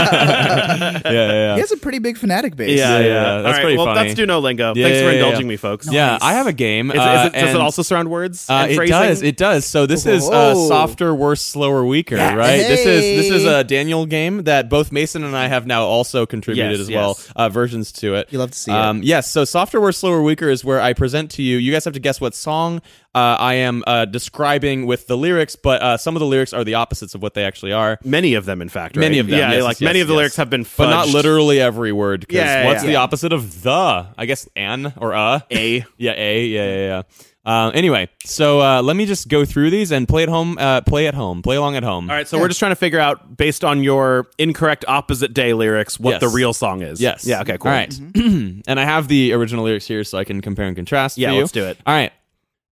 [SPEAKER 3] yeah,
[SPEAKER 4] (laughs)
[SPEAKER 3] yeah,
[SPEAKER 2] he
[SPEAKER 3] yeah.
[SPEAKER 2] has a pretty big fanatic base.
[SPEAKER 4] yeah, yeah.
[SPEAKER 3] Uh, Yeah, yeah,
[SPEAKER 4] All
[SPEAKER 3] that's
[SPEAKER 4] right,
[SPEAKER 3] pretty
[SPEAKER 4] well,
[SPEAKER 3] funny.
[SPEAKER 4] that's Duolingo.
[SPEAKER 3] Yeah,
[SPEAKER 4] Thanks
[SPEAKER 3] yeah,
[SPEAKER 4] for
[SPEAKER 3] yeah.
[SPEAKER 4] indulging me, folks.
[SPEAKER 3] Yeah, I have a game.
[SPEAKER 4] Is, is
[SPEAKER 3] uh,
[SPEAKER 4] it, does it
[SPEAKER 3] and-
[SPEAKER 4] also surround words?
[SPEAKER 3] Uh,
[SPEAKER 4] and
[SPEAKER 3] it
[SPEAKER 4] phrasing?
[SPEAKER 3] does. It does. So this is uh,
[SPEAKER 2] Whoa.
[SPEAKER 3] softer, worse, slower, weaker.
[SPEAKER 2] Yes.
[SPEAKER 3] Right. This is this is
[SPEAKER 2] Hey.
[SPEAKER 3] a Daniel game that both Mason and I have now also contributed
[SPEAKER 4] Yes,
[SPEAKER 3] as well
[SPEAKER 4] yes.
[SPEAKER 3] uh, versions to it.
[SPEAKER 2] You love to see it.
[SPEAKER 3] um, Yes. So softer, worse, slower, weaker is where I present to you. You guys have to guess what song uh, I am uh, describing with the lyrics, but uh, some of the lyrics are the opposites of what they actually are.
[SPEAKER 4] Many of them, in fact. right?
[SPEAKER 3] Many of them.
[SPEAKER 4] Yeah,
[SPEAKER 3] yes,
[SPEAKER 4] like
[SPEAKER 3] yes,
[SPEAKER 4] many of the
[SPEAKER 3] yes.
[SPEAKER 4] lyrics have been fudged.
[SPEAKER 3] but not literally every word. 'cause
[SPEAKER 4] Yeah, yeah,
[SPEAKER 3] what's
[SPEAKER 4] yeah.
[SPEAKER 3] the
[SPEAKER 4] Yeah.
[SPEAKER 3] opposite of the? I guess an or a.
[SPEAKER 4] A.
[SPEAKER 3] Yeah, a. Yeah, yeah, yeah. Uh, anyway, so uh, let me just go through these and play at home. Uh, play at home. Play along at home.
[SPEAKER 4] (laughs) All right, so we're just trying to figure out, based on your incorrect opposite day lyrics, what
[SPEAKER 3] Yes.
[SPEAKER 4] the real song is.
[SPEAKER 3] Yes.
[SPEAKER 4] Yeah. Okay. Cool.
[SPEAKER 3] All right.
[SPEAKER 4] Mm-hmm.
[SPEAKER 3] (clears throat) and I have the original lyrics here, so I can compare and contrast.
[SPEAKER 4] Yeah,
[SPEAKER 3] for you.
[SPEAKER 4] let's do it.
[SPEAKER 3] All right.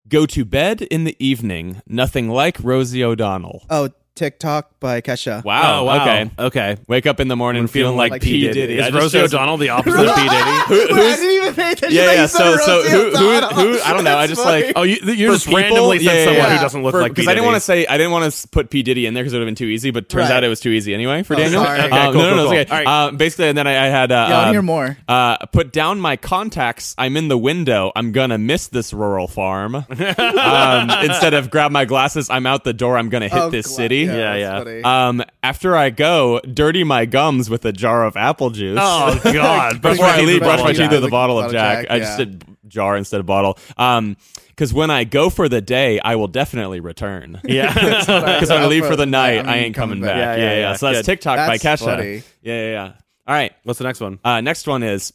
[SPEAKER 3] Go to bed in the evening. Nothing like Rosie O'Donnell.
[SPEAKER 2] Oh, TikTok by Kesha.
[SPEAKER 3] Wow.
[SPEAKER 4] Oh, wow.
[SPEAKER 3] Okay.
[SPEAKER 4] Okay.
[SPEAKER 3] Wake up in the morning feeling, like, P Diddy. I
[SPEAKER 4] Is
[SPEAKER 3] just
[SPEAKER 4] Rosie
[SPEAKER 3] chose-
[SPEAKER 4] O'Donnell the opposite of P Diddy?
[SPEAKER 2] Wait, (laughs) I didn't even pay attention.
[SPEAKER 3] Yeah,
[SPEAKER 2] that
[SPEAKER 3] yeah.
[SPEAKER 2] you
[SPEAKER 3] So,
[SPEAKER 2] said
[SPEAKER 3] so
[SPEAKER 2] Rosie (laughs)
[SPEAKER 3] who, who,
[SPEAKER 2] O'Donnell.
[SPEAKER 3] who? I don't know. I
[SPEAKER 2] That's
[SPEAKER 3] just
[SPEAKER 2] funny.
[SPEAKER 3] like
[SPEAKER 4] Oh, you, you
[SPEAKER 3] For
[SPEAKER 4] just randomly
[SPEAKER 3] people?
[SPEAKER 4] said
[SPEAKER 3] Yeah,
[SPEAKER 4] someone
[SPEAKER 2] yeah.
[SPEAKER 4] who doesn't look like P
[SPEAKER 3] because I didn't
[SPEAKER 4] Diddy.
[SPEAKER 3] want to say I didn't want to put P Diddy in there because it would have been too easy. But turns
[SPEAKER 2] Right. Oh,
[SPEAKER 3] out it was too easy anyway for Daniel.
[SPEAKER 2] sorry. Okay,
[SPEAKER 3] Um,
[SPEAKER 4] cool,
[SPEAKER 3] no, no, no,
[SPEAKER 4] cool, cool.
[SPEAKER 3] it's okay.
[SPEAKER 4] All right.
[SPEAKER 3] Uh, basically, and then I, I had uh,
[SPEAKER 2] Yeah, I wanna
[SPEAKER 3] um,
[SPEAKER 2] hear more.
[SPEAKER 3] Uh, put down my contacts. I'm in the window. I'm gonna miss this
[SPEAKER 2] (laughs)
[SPEAKER 3] rural farm. um, instead of grab my glasses. I'm out the door. I'm gonna hit
[SPEAKER 2] Of
[SPEAKER 3] this
[SPEAKER 2] course.
[SPEAKER 3] city.
[SPEAKER 4] Yeah,
[SPEAKER 2] Oh, that's
[SPEAKER 4] yeah.
[SPEAKER 2] funny.
[SPEAKER 3] Um, after I go, dirty my gums with a jar of apple juice.
[SPEAKER 4] Oh God!
[SPEAKER 3] Before I leave, brush my
[SPEAKER 2] Bottle
[SPEAKER 3] teeth
[SPEAKER 2] Jack.
[SPEAKER 3] with a
[SPEAKER 2] Like
[SPEAKER 3] bottle of
[SPEAKER 2] bottle
[SPEAKER 3] Jack.
[SPEAKER 2] Jack,
[SPEAKER 3] I just
[SPEAKER 2] yeah.
[SPEAKER 3] did jar instead of bottle. Um, because when I go for the day, I will definitely return. (laughs)
[SPEAKER 4] Yeah.
[SPEAKER 3] Because when I
[SPEAKER 2] That's
[SPEAKER 3] leave for
[SPEAKER 2] what-
[SPEAKER 3] the night,
[SPEAKER 2] I'm
[SPEAKER 3] I ain't coming back. Yeah, yeah, yeah. So that's
[SPEAKER 4] Good.
[SPEAKER 3] TikTok by
[SPEAKER 2] That's
[SPEAKER 3] Kesha.
[SPEAKER 2] funny.
[SPEAKER 3] Yeah, yeah, yeah. All right.
[SPEAKER 4] What's the next one?
[SPEAKER 3] Uh, next one is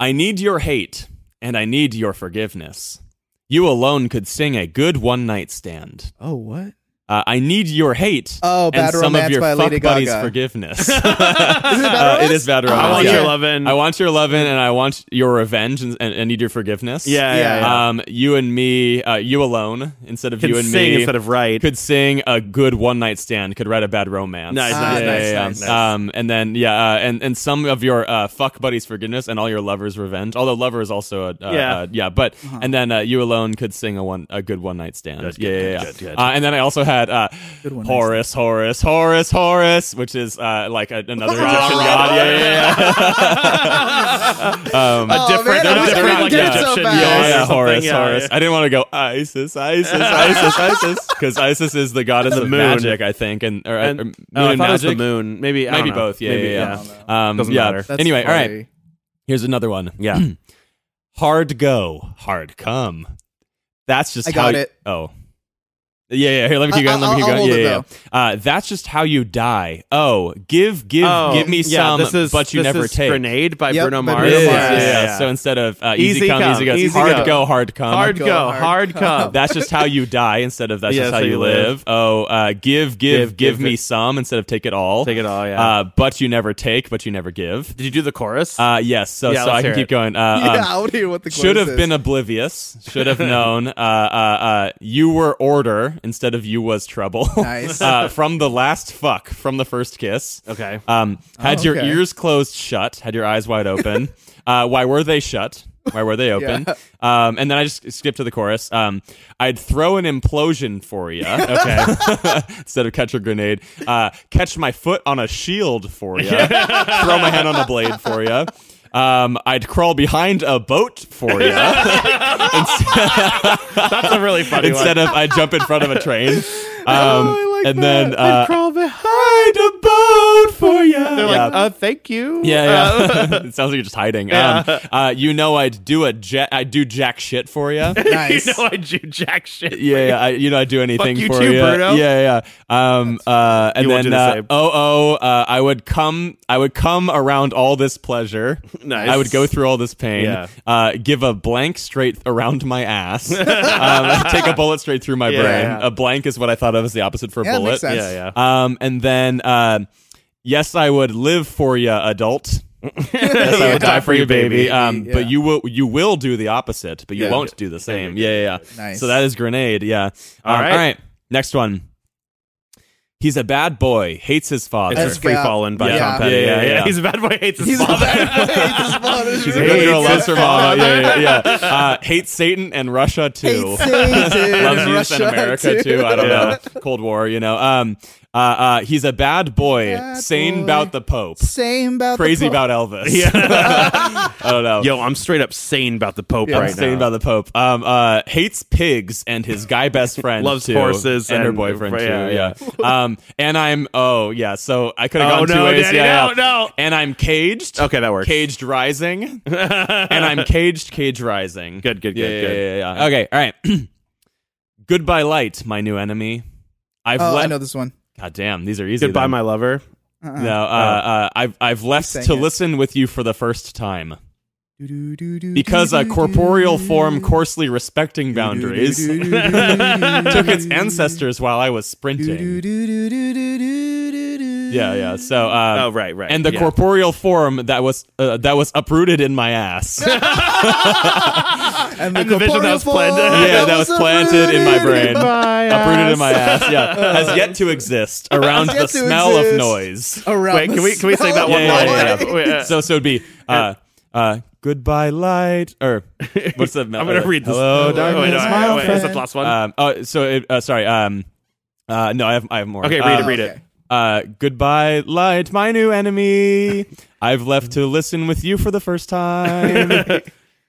[SPEAKER 3] I need your hate and I need your forgiveness. You alone could sing a good one night stand.
[SPEAKER 2] Oh, what?
[SPEAKER 3] Uh, I need your hate
[SPEAKER 2] Oh,
[SPEAKER 3] and
[SPEAKER 2] Bad
[SPEAKER 3] some of
[SPEAKER 2] Romance
[SPEAKER 3] your
[SPEAKER 2] by
[SPEAKER 3] fuck
[SPEAKER 2] Lady
[SPEAKER 3] buddies'
[SPEAKER 2] Gaga. (laughs)
[SPEAKER 3] forgiveness. Uh, it is bad romance.
[SPEAKER 4] I want
[SPEAKER 3] yeah.
[SPEAKER 4] your lovin'.
[SPEAKER 3] I want your lovin' and I want your revenge and, and, and need your forgiveness.
[SPEAKER 4] Yeah,
[SPEAKER 2] yeah,
[SPEAKER 4] yeah. yeah.
[SPEAKER 3] Um, you and me, uh, you alone instead of
[SPEAKER 4] Can
[SPEAKER 3] you and
[SPEAKER 4] sing
[SPEAKER 3] me
[SPEAKER 4] instead of write.
[SPEAKER 3] could sing a good one night stand, could write a bad romance.
[SPEAKER 4] Nice, Ah, nice,
[SPEAKER 2] nice, nice, nice.
[SPEAKER 3] Um, and then yeah, uh, and and some of your uh, fuck buddies forgiveness and all your lovers revenge. Although lover is also a uh,
[SPEAKER 4] Yeah.
[SPEAKER 3] uh, yeah, but
[SPEAKER 2] Uh-huh.
[SPEAKER 3] and then uh, you alone could sing a one a good one night stand.
[SPEAKER 4] Good,
[SPEAKER 3] yeah,
[SPEAKER 4] good,
[SPEAKER 3] yeah,
[SPEAKER 4] good,
[SPEAKER 3] yeah.
[SPEAKER 4] good, good.
[SPEAKER 3] Uh, and then I also had uh,
[SPEAKER 2] one night
[SPEAKER 3] Horus, Horus, Horus, Horus, which is uh, like a, another
[SPEAKER 4] (laughs)
[SPEAKER 3] Egyptian god. Yeah, yeah, yeah. Um,
[SPEAKER 4] a
[SPEAKER 2] Oh,
[SPEAKER 4] different,
[SPEAKER 2] man, I
[SPEAKER 4] a
[SPEAKER 2] wish I could've
[SPEAKER 4] different like,
[SPEAKER 2] done it so
[SPEAKER 4] Egyptian
[SPEAKER 2] fast.
[SPEAKER 4] god
[SPEAKER 3] Yeah,
[SPEAKER 4] or
[SPEAKER 3] yeah,
[SPEAKER 4] something.
[SPEAKER 3] Horus,
[SPEAKER 4] Yeah,
[SPEAKER 3] Horus.
[SPEAKER 4] yeah.
[SPEAKER 3] I didn't want to go Isis, Isis,
[SPEAKER 4] (laughs)
[SPEAKER 3] Isis, Isis, because Isis is the goddess of
[SPEAKER 4] moon.
[SPEAKER 3] magic, I think, and or,
[SPEAKER 4] And-
[SPEAKER 3] or moon
[SPEAKER 4] oh, I
[SPEAKER 3] and
[SPEAKER 4] thought it was
[SPEAKER 3] magic.
[SPEAKER 4] the moon. Maybe I don't
[SPEAKER 3] Maybe
[SPEAKER 4] know.
[SPEAKER 3] both. Yeah,
[SPEAKER 4] Maybe,
[SPEAKER 3] yeah, yeah. Um,
[SPEAKER 4] Doesn't
[SPEAKER 3] yeah.
[SPEAKER 4] matter.
[SPEAKER 2] That's
[SPEAKER 3] anyway, all right.
[SPEAKER 2] funny. (laughs)
[SPEAKER 3] Here's another one.
[SPEAKER 4] Yeah.
[SPEAKER 3] Hard go, hard come. That's just
[SPEAKER 2] I
[SPEAKER 3] how
[SPEAKER 2] got
[SPEAKER 3] y-
[SPEAKER 2] it.
[SPEAKER 3] Oh, Yeah, yeah. Here, let me keep
[SPEAKER 2] I-
[SPEAKER 3] going. Let me
[SPEAKER 2] I'll-
[SPEAKER 3] keep
[SPEAKER 2] I'll
[SPEAKER 3] going.
[SPEAKER 2] hold
[SPEAKER 3] Yeah,
[SPEAKER 2] it,
[SPEAKER 3] yeah. yeah. Uh, that's just how you die. Oh, give, give,
[SPEAKER 4] Oh,
[SPEAKER 3] give me
[SPEAKER 4] yeah,
[SPEAKER 3] some,
[SPEAKER 4] this is,
[SPEAKER 3] but you
[SPEAKER 4] this
[SPEAKER 3] never
[SPEAKER 4] is
[SPEAKER 3] take.
[SPEAKER 4] Grenade by
[SPEAKER 2] Yep,
[SPEAKER 4] Bruno
[SPEAKER 2] by
[SPEAKER 4] Mars.
[SPEAKER 3] It is,
[SPEAKER 2] Bruno
[SPEAKER 3] yeah,
[SPEAKER 2] Mars.
[SPEAKER 3] yeah, yeah. So instead of uh, easy,
[SPEAKER 4] Easy
[SPEAKER 3] come,
[SPEAKER 4] come,
[SPEAKER 3] easy go, it's
[SPEAKER 4] easy
[SPEAKER 3] hard
[SPEAKER 4] go.
[SPEAKER 3] go, hard come.
[SPEAKER 4] hard go,
[SPEAKER 2] hard
[SPEAKER 4] hard
[SPEAKER 3] (laughs)
[SPEAKER 4] come.
[SPEAKER 3] That's just how you die instead of that's
[SPEAKER 4] Oh. Yeah,
[SPEAKER 3] just how
[SPEAKER 4] so
[SPEAKER 3] you
[SPEAKER 4] you
[SPEAKER 3] live.
[SPEAKER 4] live.
[SPEAKER 3] Oh, uh, give, give, give,
[SPEAKER 4] Give, give
[SPEAKER 3] me
[SPEAKER 4] it-
[SPEAKER 3] some instead of take it all.
[SPEAKER 4] Take it all, yeah.
[SPEAKER 3] Uh, but you never take, but you never give.
[SPEAKER 4] Did you do the chorus?
[SPEAKER 3] Uh, yes. So,
[SPEAKER 4] Yeah,
[SPEAKER 3] so
[SPEAKER 4] let's
[SPEAKER 3] I can
[SPEAKER 4] hear
[SPEAKER 3] keep
[SPEAKER 4] it.
[SPEAKER 3] going.
[SPEAKER 4] (laughs)
[SPEAKER 3] Uh, um,
[SPEAKER 2] yeah, I want to hear what the
[SPEAKER 3] should
[SPEAKER 2] chorus
[SPEAKER 3] have
[SPEAKER 2] is.
[SPEAKER 3] been oblivious. Should have known. Uh, uh, uh, you were order instead of you was trouble.
[SPEAKER 2] Nice.
[SPEAKER 3] (laughs) uh, from the last fuck from the first kiss.
[SPEAKER 4] okay.
[SPEAKER 3] Um, had
[SPEAKER 2] Oh,
[SPEAKER 3] your
[SPEAKER 2] okay.
[SPEAKER 3] ears closed shut. Had your eyes wide
[SPEAKER 4] (laughs)
[SPEAKER 3] open. uh, why were they shut? Why were they open?
[SPEAKER 2] Yeah.
[SPEAKER 3] Um, and then I just skipped to the chorus. Um, I'd throw an implosion for you. Okay.
[SPEAKER 4] (laughs)
[SPEAKER 3] Instead of catch a grenade, uh, catch my foot on a shield for you. throw my hand on a blade for you. Um, I'd crawl behind a boat for you.
[SPEAKER 4] (laughs) That's a really funny one.
[SPEAKER 3] instead of I jump in front of a train.
[SPEAKER 4] (laughs)
[SPEAKER 3] Um,
[SPEAKER 4] Oh, I like
[SPEAKER 3] and
[SPEAKER 4] that.
[SPEAKER 3] then
[SPEAKER 4] I'd
[SPEAKER 3] uh,
[SPEAKER 4] crawl behind.
[SPEAKER 3] hide a boat for you.
[SPEAKER 4] They're
[SPEAKER 3] yeah.
[SPEAKER 4] like, uh, thank you.
[SPEAKER 3] yeah,
[SPEAKER 4] Uh,
[SPEAKER 3] yeah. it (laughs) sounds like you're just hiding.
[SPEAKER 4] Yeah.
[SPEAKER 3] Um, uh, you know, I'd do a jet. I do jack shit for (laughs)
[SPEAKER 4] (laughs)
[SPEAKER 3] you.
[SPEAKER 2] nice.
[SPEAKER 4] (laughs) you know I do jack
[SPEAKER 3] (laughs)
[SPEAKER 4] shit.
[SPEAKER 3] Yeah, yeah, I, you know, I do anything
[SPEAKER 4] you
[SPEAKER 3] for
[SPEAKER 4] too,
[SPEAKER 3] you.
[SPEAKER 4] Bruno.
[SPEAKER 3] Yeah, yeah. Um, uh, and
[SPEAKER 4] You
[SPEAKER 3] then,
[SPEAKER 4] won't do the
[SPEAKER 3] uh,
[SPEAKER 4] same.
[SPEAKER 3] oh, oh, uh, I would come, I would come around all this pleasure.
[SPEAKER 4] (laughs) Nice.
[SPEAKER 3] I would go through all this pain.
[SPEAKER 4] Yeah.
[SPEAKER 3] Uh, give a blank straight around my
[SPEAKER 4] (laughs)
[SPEAKER 3] ass. um, (laughs) take a bullet straight through my
[SPEAKER 4] Yeah,
[SPEAKER 3] brain.
[SPEAKER 4] yeah.
[SPEAKER 3] A blank is what I thought of as the opposite for
[SPEAKER 2] Yeah,
[SPEAKER 3] bullet.
[SPEAKER 2] makes sense.
[SPEAKER 4] Yeah, yeah.
[SPEAKER 3] Um, and then, uh, yes, I would live for you, adult.
[SPEAKER 2] (laughs)
[SPEAKER 3] yes, I would die for you, baby. Um,
[SPEAKER 2] Yeah.
[SPEAKER 3] But you will, you will do the opposite, but you
[SPEAKER 2] Yeah.
[SPEAKER 3] won't do the same. Yeah, yeah. yeah.
[SPEAKER 2] Nice.
[SPEAKER 3] So that is grenade. Yeah. Um,
[SPEAKER 4] All right.
[SPEAKER 3] All right. Next one. He's a bad boy. Hates his
[SPEAKER 4] It's
[SPEAKER 3] father.
[SPEAKER 4] just free
[SPEAKER 2] Yeah.
[SPEAKER 4] falling by
[SPEAKER 3] Yeah.
[SPEAKER 4] Tom Petty.
[SPEAKER 3] Yeah, yeah, yeah.
[SPEAKER 4] He's a bad boy. Hates his
[SPEAKER 2] He's a
[SPEAKER 4] father.
[SPEAKER 2] bad boy. He's a bad boy. It's
[SPEAKER 3] Good
[SPEAKER 2] really-
[SPEAKER 3] girl
[SPEAKER 4] hates
[SPEAKER 3] loves her
[SPEAKER 4] his
[SPEAKER 3] mama. Yeah, yeah, yeah. Uh, hates Satan and Russia
[SPEAKER 2] (laughs)
[SPEAKER 3] too.
[SPEAKER 2] Hates Satan
[SPEAKER 3] (laughs) loves
[SPEAKER 2] and
[SPEAKER 3] youth in
[SPEAKER 2] Russia,
[SPEAKER 3] America too.
[SPEAKER 2] too.
[SPEAKER 3] I don't
[SPEAKER 4] Yeah.
[SPEAKER 3] know. Cold War, you know. Um, uh, uh, he's a bad boy.
[SPEAKER 2] Bad
[SPEAKER 3] sane
[SPEAKER 2] boy.
[SPEAKER 3] about the Pope.
[SPEAKER 2] Same about the
[SPEAKER 3] Crazy
[SPEAKER 2] Pope.
[SPEAKER 3] about Elvis. (laughs) I don't know.
[SPEAKER 4] Yo, I'm straight up sane about the Pope
[SPEAKER 2] Yeah,
[SPEAKER 4] right
[SPEAKER 3] Sane
[SPEAKER 4] now.
[SPEAKER 3] about the Pope. Um, uh, hates pigs and his guy best friend
[SPEAKER 4] (laughs) Loves
[SPEAKER 3] too,
[SPEAKER 4] horses
[SPEAKER 3] and, her
[SPEAKER 4] and-
[SPEAKER 3] boyfriend
[SPEAKER 4] yeah,
[SPEAKER 3] too. Yeah. Um, and I'm oh yeah. So I could have
[SPEAKER 4] Oh,
[SPEAKER 3] gone two
[SPEAKER 4] no,
[SPEAKER 3] ways.
[SPEAKER 4] Daddy,
[SPEAKER 3] yeah,
[SPEAKER 4] no,
[SPEAKER 3] yeah.
[SPEAKER 4] no.
[SPEAKER 3] And I'm caged.
[SPEAKER 4] Okay, that works.
[SPEAKER 3] Caged
[SPEAKER 4] (laughs)
[SPEAKER 3] rising. and I'm caged. Cage rising.
[SPEAKER 4] Good, good,
[SPEAKER 3] Yeah,
[SPEAKER 4] good,
[SPEAKER 3] yeah,
[SPEAKER 4] good.
[SPEAKER 3] Yeah, yeah, yeah. Okay. All right. (clears throat) Goodbye, light, my new enemy. I've
[SPEAKER 2] Oh,
[SPEAKER 3] left.
[SPEAKER 2] I know this one.
[SPEAKER 3] God damn, these are easy.
[SPEAKER 4] Goodbye,
[SPEAKER 3] then.
[SPEAKER 4] my lover.
[SPEAKER 3] No, uh, uh, I've I've left
[SPEAKER 2] sang
[SPEAKER 3] to
[SPEAKER 2] it.
[SPEAKER 3] listen with you for the first time because a corporeal form coarsely respecting boundaries took its ancestors while I was sprinting. Yeah, yeah. So, um,
[SPEAKER 4] Oh, right, right.
[SPEAKER 3] And the
[SPEAKER 4] Yeah.
[SPEAKER 3] corporeal form that was uh, that was uprooted in my
[SPEAKER 4] (laughs)
[SPEAKER 3] ass. yeah,
[SPEAKER 2] And the,
[SPEAKER 4] the vision
[SPEAKER 2] corporeal
[SPEAKER 4] that was planned-
[SPEAKER 2] form
[SPEAKER 4] Yeah,
[SPEAKER 3] that was planted in my brain,
[SPEAKER 4] Goodbye,
[SPEAKER 3] uprooted in
[SPEAKER 4] ass.
[SPEAKER 3] my ass. Yeah, has yet to exist around
[SPEAKER 2] Has
[SPEAKER 3] the
[SPEAKER 2] yet to
[SPEAKER 3] smell of
[SPEAKER 2] exist.
[SPEAKER 3] noise.
[SPEAKER 2] Around
[SPEAKER 4] (laughs) Wait, can we can we
[SPEAKER 2] the
[SPEAKER 4] sing that
[SPEAKER 2] smell
[SPEAKER 4] one
[SPEAKER 2] (laughs)
[SPEAKER 3] Yeah,
[SPEAKER 4] line?
[SPEAKER 3] yeah,
[SPEAKER 2] of
[SPEAKER 3] yeah.
[SPEAKER 4] Wait, (laughs) uh,
[SPEAKER 3] So so it'd be uh, uh, goodbye light or what's
[SPEAKER 4] (laughs)
[SPEAKER 3] the?
[SPEAKER 4] I'm gonna read this.
[SPEAKER 3] Hello,
[SPEAKER 4] Oh,
[SPEAKER 3] darkness,
[SPEAKER 4] wait, no,
[SPEAKER 3] my
[SPEAKER 4] wait, wait,
[SPEAKER 3] friend.
[SPEAKER 4] is that the last one?
[SPEAKER 3] Um, oh, so it, uh, sorry. Um, uh, no, I have I have more.
[SPEAKER 4] okay, read
[SPEAKER 3] Uh,
[SPEAKER 4] it, read
[SPEAKER 2] okay.
[SPEAKER 4] it.
[SPEAKER 3] Uh, goodbye, light, my new enemy. I've left to listen with you for the first (laughs) time.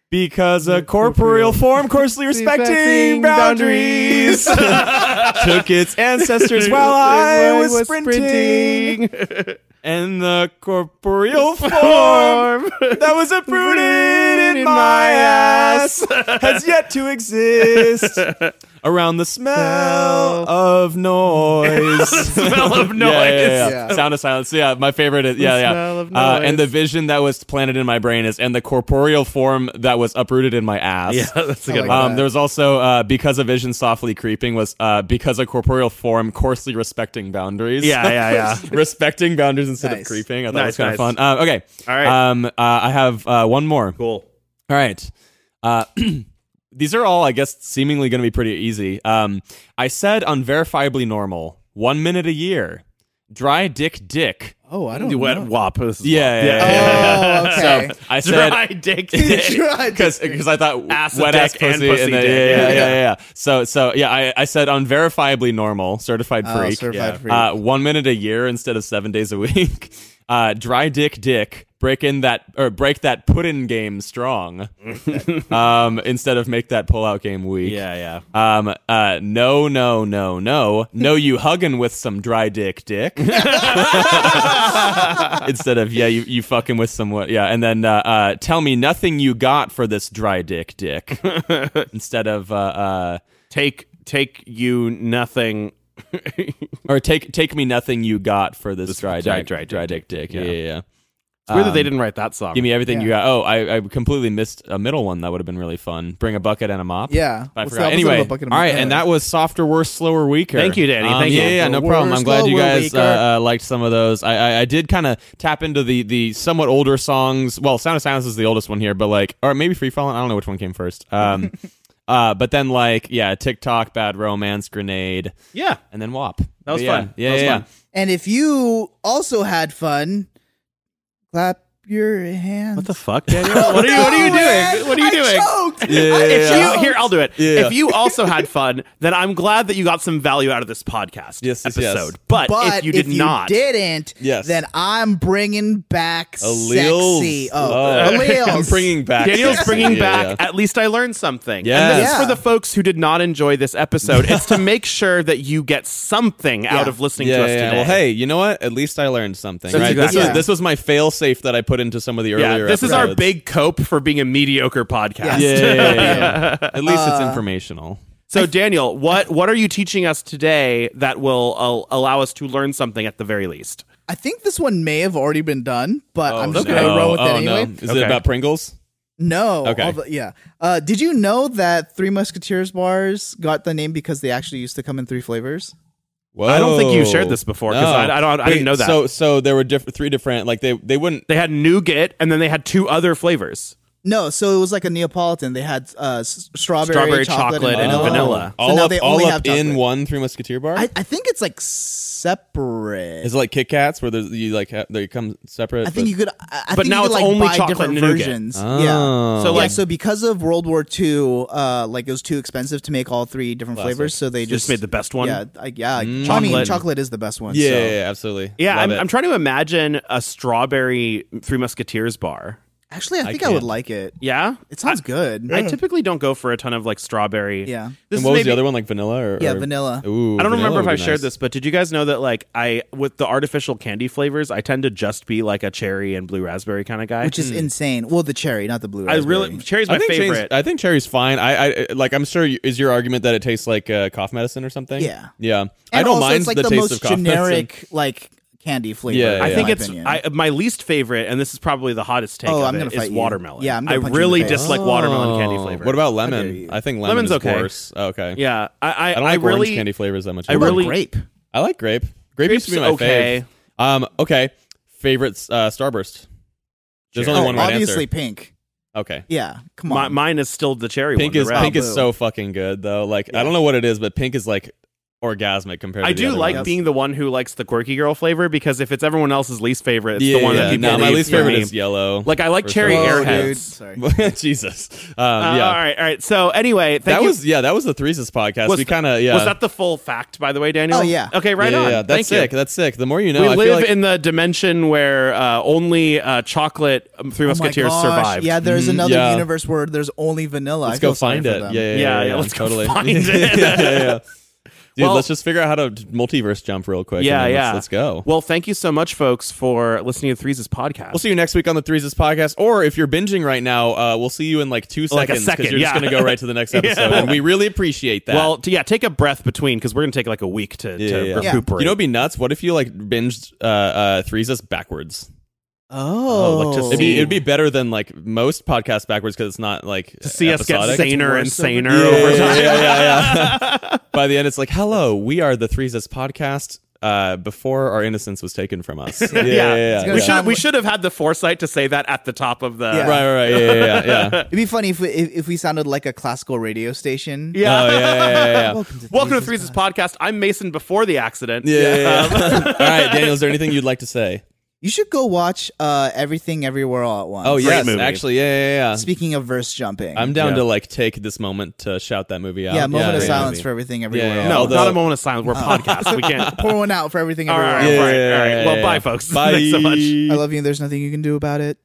[SPEAKER 3] Because a corporeal form (laughs) coarsely respecting
[SPEAKER 4] Respecting
[SPEAKER 3] boundaries
[SPEAKER 4] boundaries.
[SPEAKER 3] (laughs) took its ancestors while I was, sprinting,
[SPEAKER 4] sprinting.
[SPEAKER 3] (laughs) and the corporeal
[SPEAKER 4] uh,
[SPEAKER 3] form that was uprooted in my ass (laughs) has yet to exist (laughs) around the smell of (laughs) noise.
[SPEAKER 4] (laughs) Smell of noise. (laughs)
[SPEAKER 3] Yeah, yeah, yeah,
[SPEAKER 2] Yeah.
[SPEAKER 3] Sound of silence. Yeah, my favorite is yeah, yeah.
[SPEAKER 4] smell of
[SPEAKER 3] Uh, and the
[SPEAKER 4] noise.
[SPEAKER 3] vision that was planted in my brain is and the corporeal form that was uprooted in my ass.
[SPEAKER 4] Yeah, that's a
[SPEAKER 2] I
[SPEAKER 4] good
[SPEAKER 2] like
[SPEAKER 4] one.
[SPEAKER 3] Um,
[SPEAKER 2] that.
[SPEAKER 3] there was also uh, because a vision softly creeping was uh, because a corporeal form coarsely respecting boundaries.
[SPEAKER 4] Yeah, yeah, yeah.
[SPEAKER 3] (laughs) respecting boundaries instead of
[SPEAKER 2] Nice.
[SPEAKER 3] creeping. I thought
[SPEAKER 4] Nice,
[SPEAKER 3] that was kind of
[SPEAKER 4] nice.
[SPEAKER 3] fun. Um, okay,
[SPEAKER 4] All right.
[SPEAKER 3] Um, uh, I have uh, one more.
[SPEAKER 4] Cool.
[SPEAKER 3] All right. Uh, (clears throat) these are all, I guess, seemingly going to be pretty easy. Um, I said unverifiably normal, one minute a year, dry dick dick.
[SPEAKER 2] Oh, I don't
[SPEAKER 4] You went
[SPEAKER 2] know.
[SPEAKER 4] wop. This is
[SPEAKER 3] Yeah, yeah,
[SPEAKER 4] Yeah.
[SPEAKER 2] Oh, okay.
[SPEAKER 3] I said
[SPEAKER 4] Dry (laughs)
[SPEAKER 2] (laughs)
[SPEAKER 3] (laughs)
[SPEAKER 4] dick. dick.
[SPEAKER 2] Dry dick.
[SPEAKER 3] because I thought
[SPEAKER 4] Ass
[SPEAKER 3] wet
[SPEAKER 4] dick
[SPEAKER 3] ass pussy,
[SPEAKER 4] and pussy
[SPEAKER 3] then, yeah,
[SPEAKER 4] dick.
[SPEAKER 3] yeah, yeah,
[SPEAKER 4] Yeah.
[SPEAKER 3] yeah, yeah. So so yeah, I, I said unverifiably normal, certified
[SPEAKER 2] Oh,
[SPEAKER 3] freak.
[SPEAKER 2] certified freak.
[SPEAKER 3] Uh, one minute a year instead of seven days a (laughs) week. Uh, dry dick dick. Break in that or break that put in game strong.
[SPEAKER 4] (laughs)
[SPEAKER 3] um, instead of make that pull out game weak.
[SPEAKER 4] Yeah, yeah.
[SPEAKER 3] Um, uh, no, no, no, no. No, you hugging with some dry dick dick.
[SPEAKER 4] (laughs)
[SPEAKER 3] Instead of, yeah, you, you fucking with some what. Yeah. And then, uh, uh, tell me
[SPEAKER 4] (laughs)
[SPEAKER 3] nothing you got for this dry dick dick. Instead of, uh, uh,
[SPEAKER 4] Take take you nothing. (laughs)
[SPEAKER 3] or take take me nothing you got for this, dry,
[SPEAKER 4] dry-
[SPEAKER 3] dick,
[SPEAKER 4] dry
[SPEAKER 3] dry,
[SPEAKER 4] dick
[SPEAKER 3] dick dick.
[SPEAKER 4] Yeah.
[SPEAKER 3] Yeah, yeah, yeah.
[SPEAKER 4] It's weird that they
[SPEAKER 3] Um,
[SPEAKER 4] didn't write that song.
[SPEAKER 3] Give me everything
[SPEAKER 2] Yeah.
[SPEAKER 3] you got. Oh, I, I completely missed a middle one that would have been really fun. Bring a bucket and a mop.
[SPEAKER 2] Yeah.
[SPEAKER 3] I
[SPEAKER 2] What's the opposite of
[SPEAKER 3] forgot.
[SPEAKER 2] a
[SPEAKER 3] Anyway,
[SPEAKER 2] bucket and a
[SPEAKER 3] all right,
[SPEAKER 2] mop?
[SPEAKER 3] and that was softer, worse, slower, weaker.
[SPEAKER 4] Thank you, Danny.
[SPEAKER 3] Um,
[SPEAKER 4] Thank
[SPEAKER 3] yeah,
[SPEAKER 4] you.
[SPEAKER 3] yeah, no
[SPEAKER 2] Softer,
[SPEAKER 3] problem.
[SPEAKER 2] worse,
[SPEAKER 3] I'm glad you
[SPEAKER 2] slower,
[SPEAKER 3] guys
[SPEAKER 2] weaker.
[SPEAKER 3] uh, uh, liked some of those. I I, I did kind of tap into the the somewhat older songs. Well, Sound of Silence is the oldest one here, but like, or maybe Free Falling. I don't know which one came first.
[SPEAKER 2] (laughs)
[SPEAKER 3] Um, uh, but then like, yeah, TikTok, Bad Romance, Grenade,
[SPEAKER 4] yeah.
[SPEAKER 3] and then WAP.
[SPEAKER 4] That
[SPEAKER 3] But
[SPEAKER 4] was
[SPEAKER 3] yeah,
[SPEAKER 4] fun.
[SPEAKER 3] Yeah,
[SPEAKER 4] That was
[SPEAKER 3] yeah,
[SPEAKER 4] fun.
[SPEAKER 2] And if you also had fun, clap your hands.
[SPEAKER 4] What the fuck, Daniel? (laughs) what, are you, what are you
[SPEAKER 2] No, man!
[SPEAKER 4] doing? What are you
[SPEAKER 2] I
[SPEAKER 4] doing?
[SPEAKER 2] choked!
[SPEAKER 3] yeah.
[SPEAKER 2] I
[SPEAKER 3] If
[SPEAKER 4] If
[SPEAKER 2] choked!
[SPEAKER 4] you, here, I'll do it.
[SPEAKER 3] Yeah.
[SPEAKER 4] If you also had fun, then I'm glad that you got some value out of this podcast
[SPEAKER 3] Yes, yes,
[SPEAKER 4] episode.
[SPEAKER 3] yes.
[SPEAKER 4] But,
[SPEAKER 2] but
[SPEAKER 4] if you did not,
[SPEAKER 2] didn't,
[SPEAKER 3] Yes.
[SPEAKER 2] then I'm bringing back
[SPEAKER 3] Allele.
[SPEAKER 2] sexy. Oh, alleles.
[SPEAKER 3] (laughs) I'm bringing back.
[SPEAKER 4] Daniel's
[SPEAKER 3] sexy.
[SPEAKER 4] bringing
[SPEAKER 3] Yeah,
[SPEAKER 4] back.
[SPEAKER 3] yeah.
[SPEAKER 4] At least I learned something.
[SPEAKER 3] Yes.
[SPEAKER 4] And this is
[SPEAKER 2] Yeah.
[SPEAKER 4] for the folks who did not enjoy this episode. it's to make sure that you get something out
[SPEAKER 2] Yeah.
[SPEAKER 4] of listening
[SPEAKER 3] yeah,
[SPEAKER 4] to us
[SPEAKER 3] yeah,
[SPEAKER 4] today.
[SPEAKER 3] Well, hey, you know what? At least I learned something.
[SPEAKER 4] That's
[SPEAKER 3] right?
[SPEAKER 4] exactly-
[SPEAKER 3] This
[SPEAKER 2] Yeah.
[SPEAKER 3] was this was my fail safe that I put into some of the
[SPEAKER 4] yeah,
[SPEAKER 3] earlier.
[SPEAKER 4] this is our
[SPEAKER 3] episodes.
[SPEAKER 4] big cope for being a mediocre
[SPEAKER 3] Yeah,
[SPEAKER 4] podcast.
[SPEAKER 3] yeah, yeah, yeah.
[SPEAKER 4] (laughs)
[SPEAKER 3] At least it's
[SPEAKER 2] Uh,
[SPEAKER 3] informational.
[SPEAKER 4] So, Daniel, what what are you teaching us today that will uh, allow us to learn something at the very least?
[SPEAKER 2] I think this one may have already been done, but I'm just
[SPEAKER 3] No.
[SPEAKER 2] gonna roll with
[SPEAKER 3] oh,
[SPEAKER 2] it anyway.
[SPEAKER 3] No. Is
[SPEAKER 4] Okay.
[SPEAKER 3] it about Pringles?
[SPEAKER 2] No.
[SPEAKER 3] Okay.
[SPEAKER 2] all the- yeah. Uh, did you know that Three Musketeers bars got the name because they actually used to come in three flavors?
[SPEAKER 3] Whoa.
[SPEAKER 4] I don't think you shared this before, 'cause I- I don't- I didn't know that.
[SPEAKER 3] So so there were diff- three different like they they wouldn't
[SPEAKER 4] They had nougat, and then they had two other flavors.
[SPEAKER 2] No. So it was like a Neapolitan. They had uh, s- strawberry,
[SPEAKER 4] Strawberry,
[SPEAKER 2] chocolate,
[SPEAKER 4] chocolate, and
[SPEAKER 2] and,
[SPEAKER 4] vanilla.
[SPEAKER 2] Oh. So
[SPEAKER 3] all
[SPEAKER 2] now
[SPEAKER 3] up
[SPEAKER 2] they
[SPEAKER 3] all
[SPEAKER 2] only
[SPEAKER 3] up
[SPEAKER 2] have chocolate.
[SPEAKER 3] in one Three Musketeer bar.
[SPEAKER 2] I, I think it's like separate.
[SPEAKER 3] is it like Kit Kats where there's you like ha- they come separate?
[SPEAKER 2] I think
[SPEAKER 3] but-
[SPEAKER 2] you could. I, I
[SPEAKER 4] But
[SPEAKER 2] think
[SPEAKER 4] now
[SPEAKER 2] you
[SPEAKER 4] it's
[SPEAKER 2] could, like,
[SPEAKER 4] only
[SPEAKER 2] buy
[SPEAKER 4] chocolate
[SPEAKER 2] different
[SPEAKER 4] nougat.
[SPEAKER 2] versions.
[SPEAKER 3] Oh.
[SPEAKER 2] Yeah.
[SPEAKER 4] So,
[SPEAKER 2] So
[SPEAKER 4] like-
[SPEAKER 2] like, so because of World War II, uh, like it was too expensive to make all three different
[SPEAKER 3] Classic.
[SPEAKER 2] flavors, so they
[SPEAKER 4] Just
[SPEAKER 2] just,
[SPEAKER 4] made the best one?
[SPEAKER 2] Yeah, I, yeah. I mean,
[SPEAKER 4] Chocolate.
[SPEAKER 2] chocolate is the best one.
[SPEAKER 3] Mm. yeah,
[SPEAKER 2] so.
[SPEAKER 3] yeah, yeah, absolutely.
[SPEAKER 4] Yeah,
[SPEAKER 3] Love
[SPEAKER 4] I'm,
[SPEAKER 3] it.
[SPEAKER 4] I'm trying to imagine a strawberry Three Musketeers bar.
[SPEAKER 2] Actually, I think I,
[SPEAKER 3] can't.
[SPEAKER 2] would like it.
[SPEAKER 4] Yeah,
[SPEAKER 2] It sounds good.
[SPEAKER 4] I typically don't go for a ton of like strawberry.
[SPEAKER 2] Yeah.
[SPEAKER 4] This
[SPEAKER 3] and
[SPEAKER 4] is
[SPEAKER 3] what was
[SPEAKER 4] maybe-
[SPEAKER 3] the other one like vanilla or
[SPEAKER 2] Yeah,
[SPEAKER 3] or-
[SPEAKER 2] vanilla.
[SPEAKER 3] Ooh,
[SPEAKER 4] I don't
[SPEAKER 3] vanilla
[SPEAKER 4] remember if
[SPEAKER 3] would
[SPEAKER 4] I
[SPEAKER 3] be
[SPEAKER 4] shared
[SPEAKER 3] nice.
[SPEAKER 4] this, but did you guys know that like I with the artificial candy flavors, I tend to just be like a cherry and blue raspberry kind of guy.
[SPEAKER 2] which
[SPEAKER 3] Hmm.
[SPEAKER 2] is insane. Well, the cherry, not the blue.
[SPEAKER 4] I
[SPEAKER 2] raspberry.
[SPEAKER 4] really cherry's my
[SPEAKER 3] I think cherry's-
[SPEAKER 4] favorite.
[SPEAKER 3] I think cherry's fine. I, I like. I'm sure you- is your argument that it tastes like uh, cough medicine or something.
[SPEAKER 2] Yeah.
[SPEAKER 3] yeah. I
[SPEAKER 2] And
[SPEAKER 3] don't
[SPEAKER 2] also,
[SPEAKER 3] mind
[SPEAKER 2] it's like
[SPEAKER 3] the, taste
[SPEAKER 2] most
[SPEAKER 3] of cough medicine.
[SPEAKER 2] generic like candy flavor.
[SPEAKER 3] Yeah,
[SPEAKER 2] in
[SPEAKER 3] yeah,
[SPEAKER 4] I
[SPEAKER 3] yeah.
[SPEAKER 4] think
[SPEAKER 2] my
[SPEAKER 4] it's
[SPEAKER 2] opinion.
[SPEAKER 4] I, my least favorite, and this is probably the hottest take.
[SPEAKER 2] Oh,
[SPEAKER 4] of
[SPEAKER 2] I'm
[SPEAKER 4] it,
[SPEAKER 2] gonna
[SPEAKER 4] is
[SPEAKER 2] fight you.
[SPEAKER 4] watermelon.
[SPEAKER 2] Yeah, I'm
[SPEAKER 4] I
[SPEAKER 2] gonna punch you in the
[SPEAKER 4] really
[SPEAKER 2] face.
[SPEAKER 4] dislike watermelon candy
[SPEAKER 3] Oh.
[SPEAKER 4] flavor.
[SPEAKER 3] What about
[SPEAKER 2] dare you.
[SPEAKER 3] lemon? I think lemon
[SPEAKER 4] Lemon's
[SPEAKER 3] is
[SPEAKER 4] okay.
[SPEAKER 3] worse. Oh, okay.
[SPEAKER 4] Yeah, I I,
[SPEAKER 3] I don't like
[SPEAKER 4] really
[SPEAKER 3] orange candy flavors that much.
[SPEAKER 4] I
[SPEAKER 3] either.
[SPEAKER 4] really
[SPEAKER 2] grape.
[SPEAKER 3] I like grape. Grape used to be my
[SPEAKER 4] Grape's okay.
[SPEAKER 3] fave. Um. Okay. Favorites. Uh, Starburst. There's
[SPEAKER 4] Cherry.
[SPEAKER 3] only
[SPEAKER 2] Oh,
[SPEAKER 3] one right
[SPEAKER 2] obviously
[SPEAKER 3] answer.
[SPEAKER 2] pink.
[SPEAKER 3] Okay.
[SPEAKER 2] Yeah, come
[SPEAKER 4] My,
[SPEAKER 2] on.
[SPEAKER 4] mine is still the cherry
[SPEAKER 3] Pink
[SPEAKER 4] one.
[SPEAKER 3] is
[SPEAKER 4] the red.
[SPEAKER 3] pink is
[SPEAKER 2] Boo.
[SPEAKER 3] so fucking good though. Like I don't know what it is, but pink is like orgasmic compared.
[SPEAKER 4] I
[SPEAKER 3] to the
[SPEAKER 4] do
[SPEAKER 3] other
[SPEAKER 4] like
[SPEAKER 3] ones.
[SPEAKER 4] being the one who likes the quirky girl flavor because if it's everyone else's least favorite, it's
[SPEAKER 3] yeah,
[SPEAKER 4] the one
[SPEAKER 3] yeah,
[SPEAKER 4] that people
[SPEAKER 3] no, my
[SPEAKER 4] leave
[SPEAKER 3] least
[SPEAKER 4] for
[SPEAKER 3] favorite
[SPEAKER 4] me.
[SPEAKER 3] is yellow.
[SPEAKER 4] Like I like
[SPEAKER 3] Or
[SPEAKER 4] cherry
[SPEAKER 2] Whoa,
[SPEAKER 3] something.
[SPEAKER 4] airheads.
[SPEAKER 2] dude. Sorry.
[SPEAKER 3] (laughs) Jesus. Um,
[SPEAKER 2] Oh,
[SPEAKER 4] Uh,
[SPEAKER 3] yeah.
[SPEAKER 4] All right, all right. So anyway, thank
[SPEAKER 3] that
[SPEAKER 4] you.
[SPEAKER 3] was yeah. That was the Threeses podcast.
[SPEAKER 4] Was
[SPEAKER 3] we
[SPEAKER 4] th-
[SPEAKER 3] kind of yeah.
[SPEAKER 4] Was that the full fact, by the way, Daniel?
[SPEAKER 2] Oh, yeah.
[SPEAKER 4] Okay, right
[SPEAKER 3] yeah,
[SPEAKER 4] on.
[SPEAKER 3] yeah, yeah. That's
[SPEAKER 4] Thank you.
[SPEAKER 3] sick. That's sick. The more you know,
[SPEAKER 4] we
[SPEAKER 3] I feel
[SPEAKER 4] live
[SPEAKER 3] like
[SPEAKER 4] in the dimension where uh, only uh, chocolate um, Three
[SPEAKER 2] Oh my
[SPEAKER 4] Musketeers
[SPEAKER 2] gosh.
[SPEAKER 4] survived.
[SPEAKER 2] Yeah, there's another
[SPEAKER 3] Mm, yeah.
[SPEAKER 2] universe where there's only vanilla. I
[SPEAKER 3] let's
[SPEAKER 2] feel
[SPEAKER 3] go
[SPEAKER 2] sorry
[SPEAKER 3] find
[SPEAKER 2] for
[SPEAKER 3] it. Yeah,
[SPEAKER 2] them.
[SPEAKER 3] yeah, yeah,
[SPEAKER 4] Yeah,
[SPEAKER 3] yeah,
[SPEAKER 4] yeah, let's go
[SPEAKER 3] totally. (laughs)
[SPEAKER 4] find
[SPEAKER 3] Yeah,
[SPEAKER 4] it.
[SPEAKER 3] yeah, yeah. Dude,
[SPEAKER 4] Well-
[SPEAKER 3] let's just figure out how to multiverse jump real quick.
[SPEAKER 4] yeah,
[SPEAKER 3] and then let's-
[SPEAKER 4] yeah.
[SPEAKER 3] Let's go.
[SPEAKER 4] Well, thank you so much, folks, for listening to Threes' podcast.
[SPEAKER 3] We'll see you next week on the Threeses podcast, or if you're binging right now, uh, we'll see you in like two
[SPEAKER 4] Like a
[SPEAKER 3] seconds
[SPEAKER 4] second,
[SPEAKER 3] you're just
[SPEAKER 4] yeah.
[SPEAKER 3] gonna go right (laughs) to the next episode, and we really appreciate that.
[SPEAKER 4] well, t- yeah, take a breath between because we're gonna take like a week to,
[SPEAKER 3] Yeah,
[SPEAKER 4] to
[SPEAKER 3] yeah, yeah.
[SPEAKER 4] recuperate.
[SPEAKER 3] you know, what'd be nuts. What if you like binged uh, uh, Threeses backwards?
[SPEAKER 2] Oh,
[SPEAKER 4] like just
[SPEAKER 3] It'd be,
[SPEAKER 4] See.
[SPEAKER 3] it'd be better than like most podcasts backwards because it's not like
[SPEAKER 4] to see us get
[SPEAKER 3] episodic.
[SPEAKER 4] saner and
[SPEAKER 2] It's worse over-
[SPEAKER 4] saner
[SPEAKER 3] Yeah,
[SPEAKER 4] over
[SPEAKER 3] yeah,
[SPEAKER 4] time.
[SPEAKER 3] yeah, yeah,
[SPEAKER 4] (laughs)
[SPEAKER 3] yeah. By the end, it's like, hello, we are the Threes Us podcast. Uh, before our innocence was taken from
[SPEAKER 4] (laughs)
[SPEAKER 3] us. Yeah, yeah, yeah.
[SPEAKER 2] gonna
[SPEAKER 4] we
[SPEAKER 2] Yeah.
[SPEAKER 4] should we should have had the foresight to say that at the top of the
[SPEAKER 2] Yeah.
[SPEAKER 3] Right, right, right. Yeah, yeah,
[SPEAKER 4] (laughs)
[SPEAKER 3] yeah. Oh, yeah.
[SPEAKER 2] it'd be funny if we, if, if we sounded like a classical radio station.
[SPEAKER 4] Yeah.
[SPEAKER 3] Oh, yeah, yeah, yeah, yeah. yeah.
[SPEAKER 2] Welcome to
[SPEAKER 4] Uh, Welcome to
[SPEAKER 2] Three's
[SPEAKER 4] Threes' podcast. I'm Mason before the accident.
[SPEAKER 3] Yeah, yeah, yeah. (laughs) All right, Daniel, is there anything you'd like to say?
[SPEAKER 2] You should go watch uh, Everything Everywhere All at Once.
[SPEAKER 3] Oh, yes,
[SPEAKER 4] movie.
[SPEAKER 3] actually, yeah, yeah, yeah.
[SPEAKER 2] Speaking of verse jumping,
[SPEAKER 3] I'm down
[SPEAKER 4] Yeah.
[SPEAKER 3] to like take this moment to shout that movie out.
[SPEAKER 2] yeah, moment of
[SPEAKER 3] great
[SPEAKER 2] silence
[SPEAKER 3] movie.
[SPEAKER 2] for Everything Everywhere.
[SPEAKER 3] yeah.
[SPEAKER 2] All
[SPEAKER 4] No,
[SPEAKER 2] At
[SPEAKER 3] Although-
[SPEAKER 4] not a moment of silence.
[SPEAKER 2] (laughs)
[SPEAKER 4] We're podcasts. We can't.
[SPEAKER 2] Once. Pour one out for Everything
[SPEAKER 4] All
[SPEAKER 2] Everywhere.
[SPEAKER 4] right,
[SPEAKER 2] All
[SPEAKER 4] all
[SPEAKER 2] at
[SPEAKER 4] right,
[SPEAKER 2] Once.
[SPEAKER 4] all right.
[SPEAKER 3] yeah,
[SPEAKER 4] Well,
[SPEAKER 3] yeah,
[SPEAKER 4] bye,
[SPEAKER 3] yeah.
[SPEAKER 4] folks. (laughs)
[SPEAKER 3] Bye.
[SPEAKER 4] Thanks so much.
[SPEAKER 2] I love you. and There's nothing you can do about it.